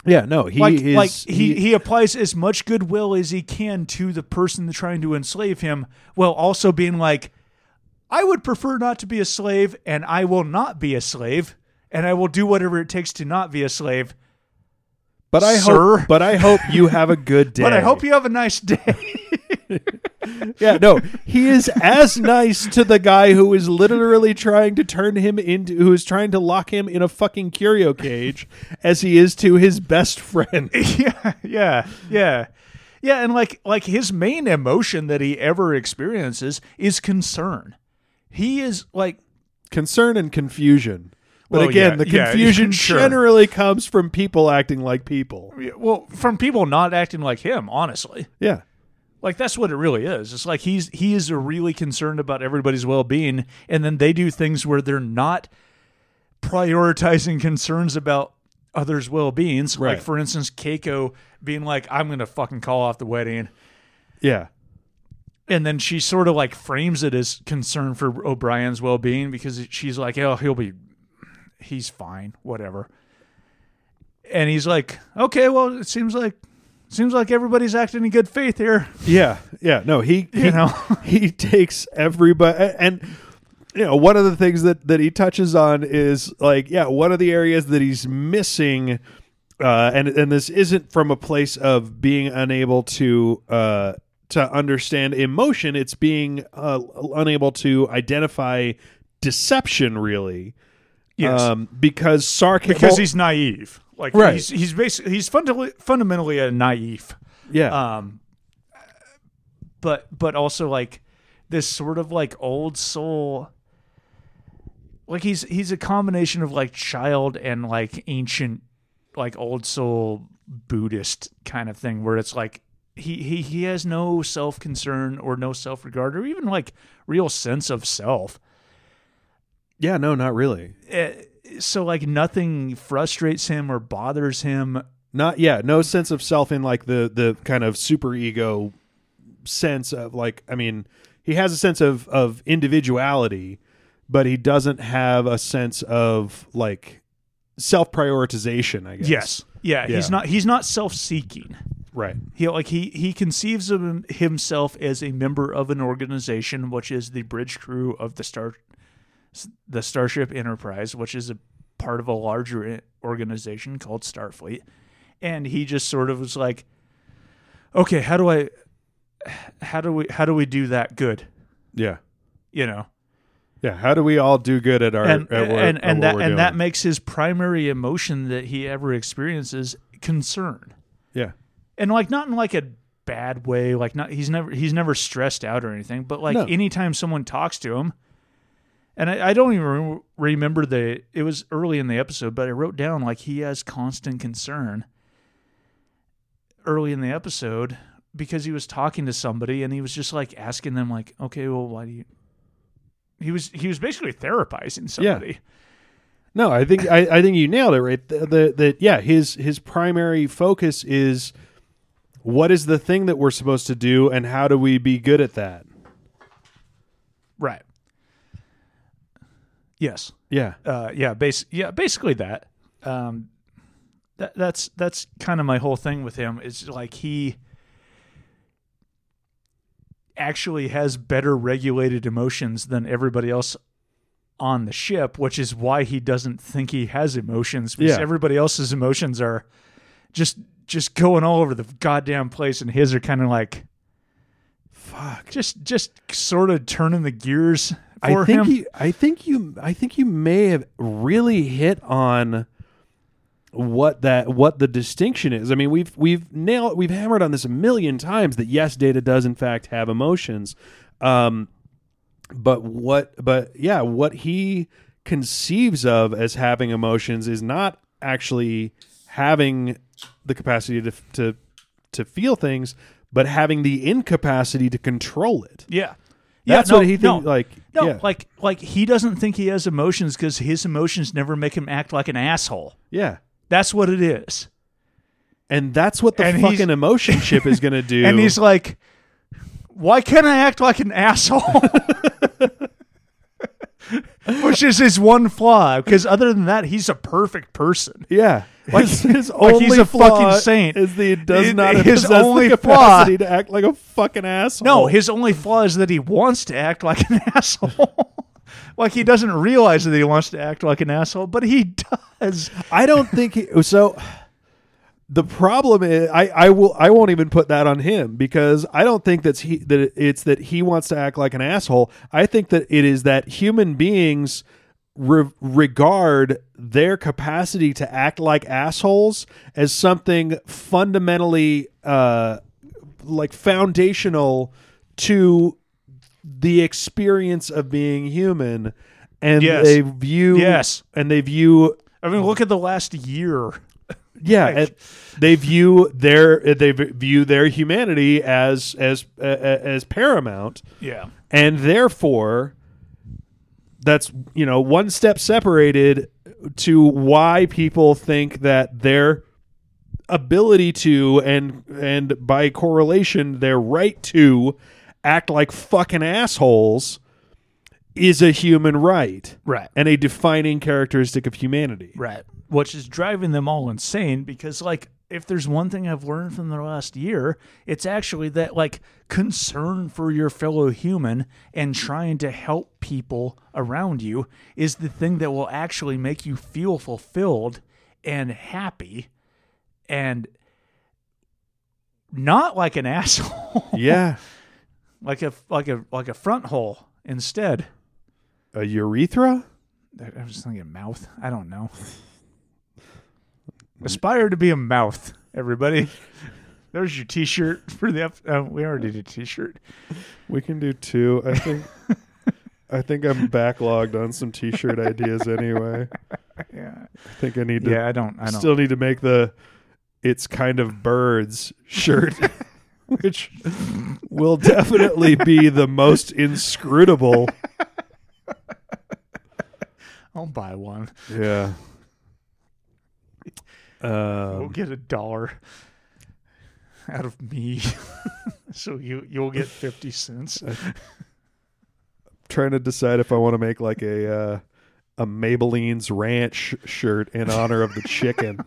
A: yeah. No, he
B: Like,
A: is
B: like he, he applies as much goodwill as he can to the person trying to enslave him, while also being like, "I would prefer not to be a slave, and I will not be a slave, and I will do whatever it takes to not be a slave."
A: But I
B: Sir.
A: hope. But I hope you have a good day.
B: *laughs* But I hope you have a nice day.
A: Yeah, no, he is as nice to the guy who is literally trying to turn him into, who is trying to lock him in a fucking curio cage, as he is to his best
B: *laughs*
A: friend.
B: yeah, yeah, yeah. Yeah, and like like his main emotion that he ever experiences is concern. He is like
A: Concern and confusion. But
B: Well,
A: again,
B: yeah,
A: the
B: yeah, *laughs*
A: confusion
B: sure.
A: generally comes from people acting like people.
B: well, from people not acting like him, honestly.
A: Yeah.
B: Like that's what it really is. It's like he's he is really concerned about everybody's well-being and then they do things where they're not prioritizing concerns about others' well-beings.
A: Right.
B: Like for instance, Keiko being like I'm going to fucking call off the wedding
A: Yeah.
B: and then she sort of like frames it as concern for O'Brien's well being because she's like, oh, he'll be, he's fine, whatever. And he's like, okay, well, it seems like, seems like everybody's acting in good faith here.
A: Yeah, yeah. No, he, *laughs* he-
B: know?
A: he takes everybody, and you know, one of the things that that he touches on is like, yeah, one of the areas that he's missing, uh, and and this isn't from a place of being unable to uh, to understand emotion; it's being uh, unable to identify deception, really.
B: Yes.
A: Um, because sarcasm,
B: because he's naive. Like,
A: Right.
B: he's, he's basically, he's fundamentally, fundamentally a naive.
A: yeah,
B: um but but also like this sort of like old soul like he's he's a combination of like child and like ancient like old soul buddhist kind of thing where it's like he he he has no self-concern or no self-regard or even like real sense of self
A: yeah. No, not really.
B: so like nothing frustrates him or bothers him
A: not yeah no sense of self in like the the kind of super ego sense of like i mean he has a sense of of individuality but he doesn't have a sense of like self prioritization i guess
B: yeah, yeah. he's
A: Yeah.
B: not he's not self-seeking
A: right
B: he like he he conceives of him- himself as a member of an organization which is the bridge crew of the star the starship enterprise which is a part of a larger i- organization called starfleet and he just sort of was like okay how do i how do we how do we do that good
A: yeah
B: you know
A: yeah how do we all do good at our
B: and
A: at what,
B: and,
A: at
B: and
A: what
B: that
A: we're
B: and that
A: doing?
B: makes his primary emotion that he ever experiences concern
A: yeah
B: and like not in like a bad way like not he's never he's never stressed out or anything but like
A: No.
B: anytime someone talks to him and I, I don't even re- remember the it was early in the episode but i wrote down like he has constant concern early in the episode because he was talking to somebody and he was just like asking them like okay well why do you he was he was basically therapizing somebody
A: No, I think I, I think you nailed it right. The, the, the yeah, his his primary focus is what is the thing that we're supposed to do, and how do we be good at that?
B: Right. Yes.
A: Yeah,
B: uh, yeah, bas- yeah, basically that. Um, that that's that's kind of my whole thing with him is like he actually has better regulated emotions than everybody else on the ship, which is why he doesn't think he has emotions because
A: Yeah.
B: everybody else's emotions are just just going all over the goddamn place, and his are kind of like. Fuck. Just, just sort of turning the gears for
A: I think
B: him.
A: You, I think you I think you may have really hit on what that what the distinction is. I mean, we've we've nailed we've hammered on this a million times that yes, data does in fact have emotions. Um but what but yeah, what he conceives of as having emotions is not actually having the capacity to to to feel things, but having the incapacity to control it.
B: Yeah.
A: That's
B: yeah, no,
A: what he
B: no,
A: thinks like
B: No,
A: yeah.
B: like like he doesn't think he has emotions because his emotions never make him act like an asshole.
A: yeah.
B: That's what it is.
A: And that's what the
B: And he's-
A: fucking emotion chip is *laughs* going to do.
B: And he's like, why can't I act like an asshole? *laughs* Which is his one flaw, because other than that, he's a perfect person.
A: yeah,
B: Like-
A: *laughs* his, his
B: like
A: only
B: he's a
A: flaw
B: fucking saint.
A: Is that he does
B: It-
A: not
B: his
A: his possess
B: only
A: only the capacity to act like a fucking asshole.
B: No, Oh, his only flaw is that he wants to act like an *laughs* asshole. like he doesn't realize that he wants to act like an asshole, but he does.
A: I don't think he, so. The problem is, I, I will I won't even put that on him because I don't think that's he that it's that he wants to act like an asshole. I think that it is that human beings re- regard their capacity to act like assholes as something fundamentally uh, like foundational to the experience of being human, and
B: Yes.
A: they view
B: Yes.
A: and they view
B: I mean, look at the last year.
A: yeah,
B: Like-
A: it- they view their they view their humanity as as uh, as paramount,
B: Yeah.
A: and therefore, that's you know one step separated to why people think that their ability to and and by correlation their right to act like fucking assholes is a human right
B: Right.
A: and a defining characteristic of humanity.
B: Right. Which is driving them all insane because, like, if there's one thing I've learned from the last year, it's actually that, like, concern for your fellow human and trying to help people around you is the thing that will actually make you feel fulfilled and happy and not like an *laughs* asshole,
A: Yeah.
B: like a, like a, like a front hole instead.
A: A urethra?
B: I I was thinking mouth. I
A: *laughs*
B: don't know. Aspire to be a mouth, everybody. There's your T-shirt for the. ep- Uh, we already did T-shirt.
A: We can do two. I
B: *laughs*
A: think I think I'm backlogged on some t-shirt ideas anyway.
B: *laughs* Yeah,
A: I think I need to
B: yeah. I don't. I don't.
A: still need to make the it's kind of birds
B: *laughs*
A: shirt which will definitely be the most inscrutable.
B: I'll buy one.
A: Yeah.
B: we'll
A: Um,
B: get a dollar out of me, *laughs* so you you'll get fifty cents.
A: *laughs* trying to decide if I want to make like a uh, a Maybelline's Ranch shirt in honor of the chicken.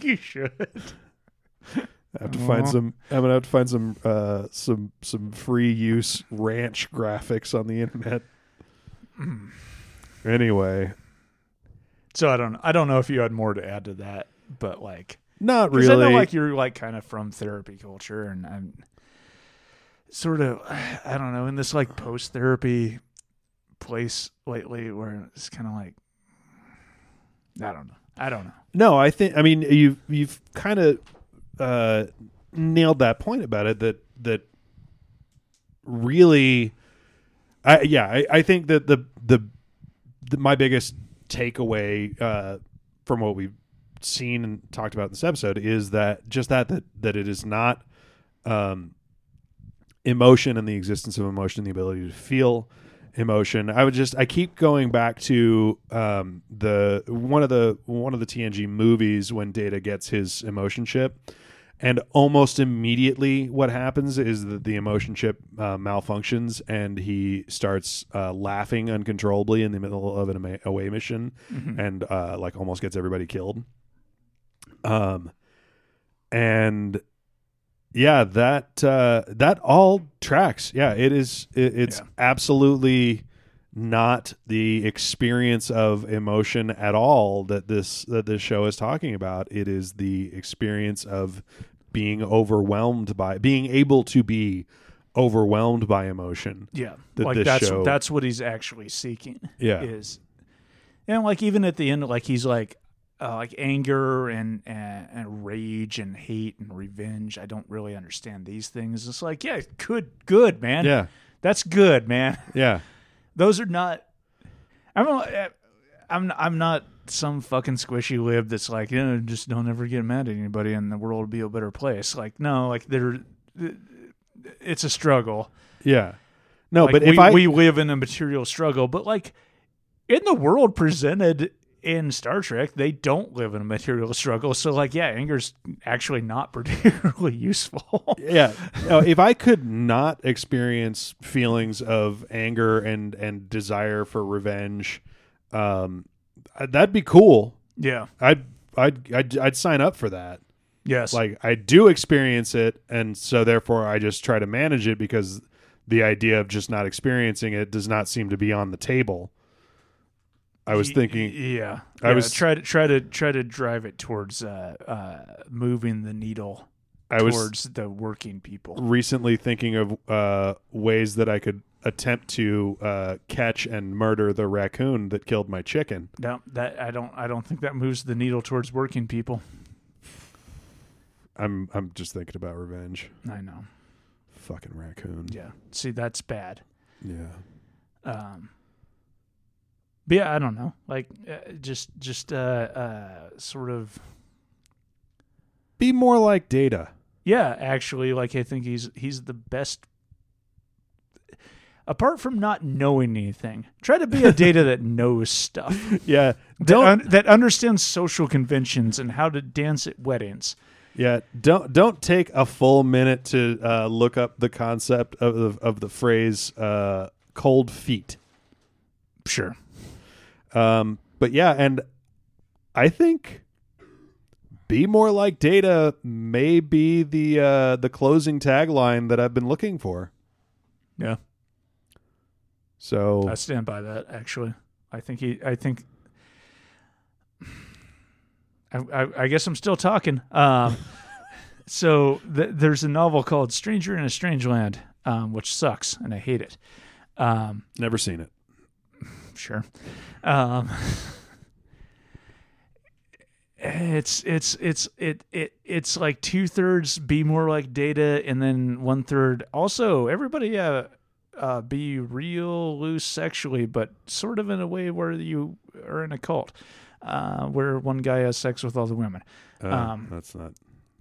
B: you should.
A: I have to find
B: Aw.
A: some. I'm gonna have to find some uh, some some free use ranch graphics on the internet.
B: Hmm.
A: Anyway,
B: So I don't. I don't know if you had more to add to that, but like.
A: not
B: 'Cause
A: really.
B: I know, like you're like kind of from therapy culture, and I'm sort of, *sighs* I don't know, in this like post therapy place lately where it's kind of like, I don't know, I don't know.
A: no, I think. I mean, you've you've kind of uh, nailed that point about it. That that really, I yeah, I, I think that the the, the my biggest takeaway uh, from what we've seen and talked about in this episode is that just that that that it is not um, emotion and the existence of emotion, the ability to feel emotion. I would just I keep going back to um, the one of the one of the TNG movies when Data gets his emotion chip, and almost immediately what happens is that the emotion chip uh, malfunctions and he starts uh, laughing uncontrollably in the middle of an ama- away mission, and uh, like almost gets everybody killed. Um, and yeah that uh that all tracks yeah it is it, it's
B: Yeah.
A: absolutely not the experience of emotion at all that this that this show is talking about it is the experience of being overwhelmed by being able to be overwhelmed by emotion
B: Yeah,
A: that
B: like
A: this
B: that's
A: show-
B: that's what he's actually seeking.
A: Yeah.
B: is and like even at the end, like he's like uh, like anger and, and and rage and hate and revenge. I don't really understand these things. It's like yeah, good, good man.
A: yeah
B: that's good, man.
A: yeah
B: Those are not. I'm a- eh, I'm I'm not some fucking squishy lib that's like you know just don't ever get mad at anybody and the world will be a better place. Like no, like they're it's a struggle.
A: yeah no
B: Like,
A: but
B: we,
A: if i
B: we live in a material struggle, but like in the world presented in Star Trek, they don't live in a material struggle. So like, yeah, anger's actually not *laughs* particularly useful.
A: yeah No, if i could not experience feelings of anger and and desire for revenge um uh, that'd be cool
B: yeah.
A: i'd i'd i'd, I'd sign up for that
B: Yes.
A: like i do experience it and so therefore i just try to manage it because the idea of just not experiencing it does not seem to be on the table i was
B: Y-
A: thinking
B: Yeah.
A: I
B: Yeah,
A: was-
B: try to try to try to drive it towards uh, uh, moving the needle
A: i was
B: towards the working people.
A: recently thinking of uh, ways that I could attempt to uh, catch and murder the raccoon that killed my chicken.
B: No, that I don't I don't think that moves the needle towards working people.
A: I'm I'm just thinking about revenge.
B: I know.
A: Fucking raccoon.
B: Yeah. See, that's bad.
A: Yeah.
B: um but yeah i don't know like uh, just just uh uh sort of
A: Be more like Data.
B: *laughs* yeah actually like i think he's he's the best apart from not knowing anything try to be a data that knows stuff
A: Yeah.
B: that,
A: Don't.
B: un- that understands social conventions and how to dance at weddings
A: Yeah. Don't don't take a full minute to uh, look up the concept of of, of the phrase uh, "cold feet."
B: sure
A: Um, but yeah, and I think be more like data may be the uh, the closing tagline that I've been looking for.
B: yeah
A: So
B: i stand by that actually i think he i think I, I, I guess I'm still talking. Um, *laughs* so th- there's a novel called Stranger in a Strange Land, um, which sucks, and I hate it. Um,
A: never seen it.
B: sure. Um, it's it's it's it it it's like two thirds be more like data, and then one third also everybody uh, uh, be real loose sexually, but sort of in a way where you are in a cult, uh, where one guy has sex with all the women.
A: Uh,
B: Um,
A: that's not.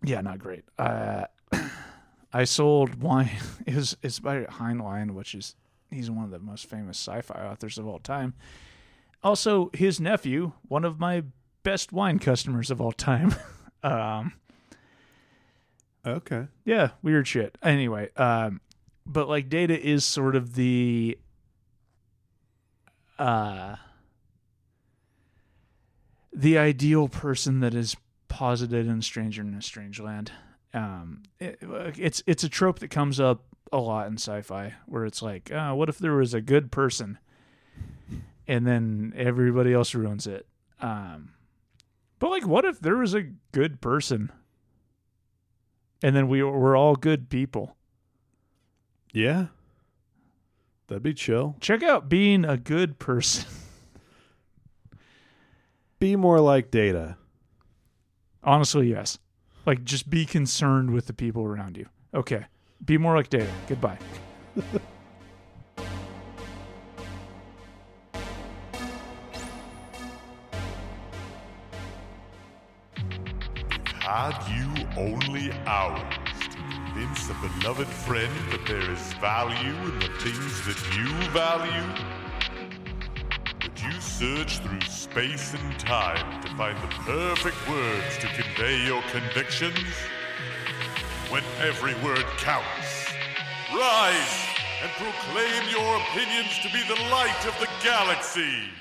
B: Yeah, not great. Uh, *coughs* I sold wine. *laughs* It was it's by Heinlein, which is he's one of the most famous sci-fi authors of all time. Also, his nephew, one of my best wine customers of all time. *laughs* um,
A: Okay.
B: yeah, weird shit. Anyway, um, but like Data is sort of the uh the ideal person that is posited in Stranger in a Strange Land. Um, it- it's it's a trope that comes up a lot in sci-fi, where it's like, uh, what if there was a good person, and then everybody else ruins it. Um, but like, what if there was a good person, and then we we're all good people?
A: Yeah. That'd be chill.
B: Check out being a good person *laughs*
A: Be more like data.
B: Honestly, yes. Like, just be concerned with the people around you. Okay. Be more like Data. Goodbye.
G: Had you only hours to convince a beloved friend that there is value in the things that you value? Would you search through space and time to find the perfect words to convey your convictions? When every word counts, rise and proclaim your opinions to be the light of the galaxy.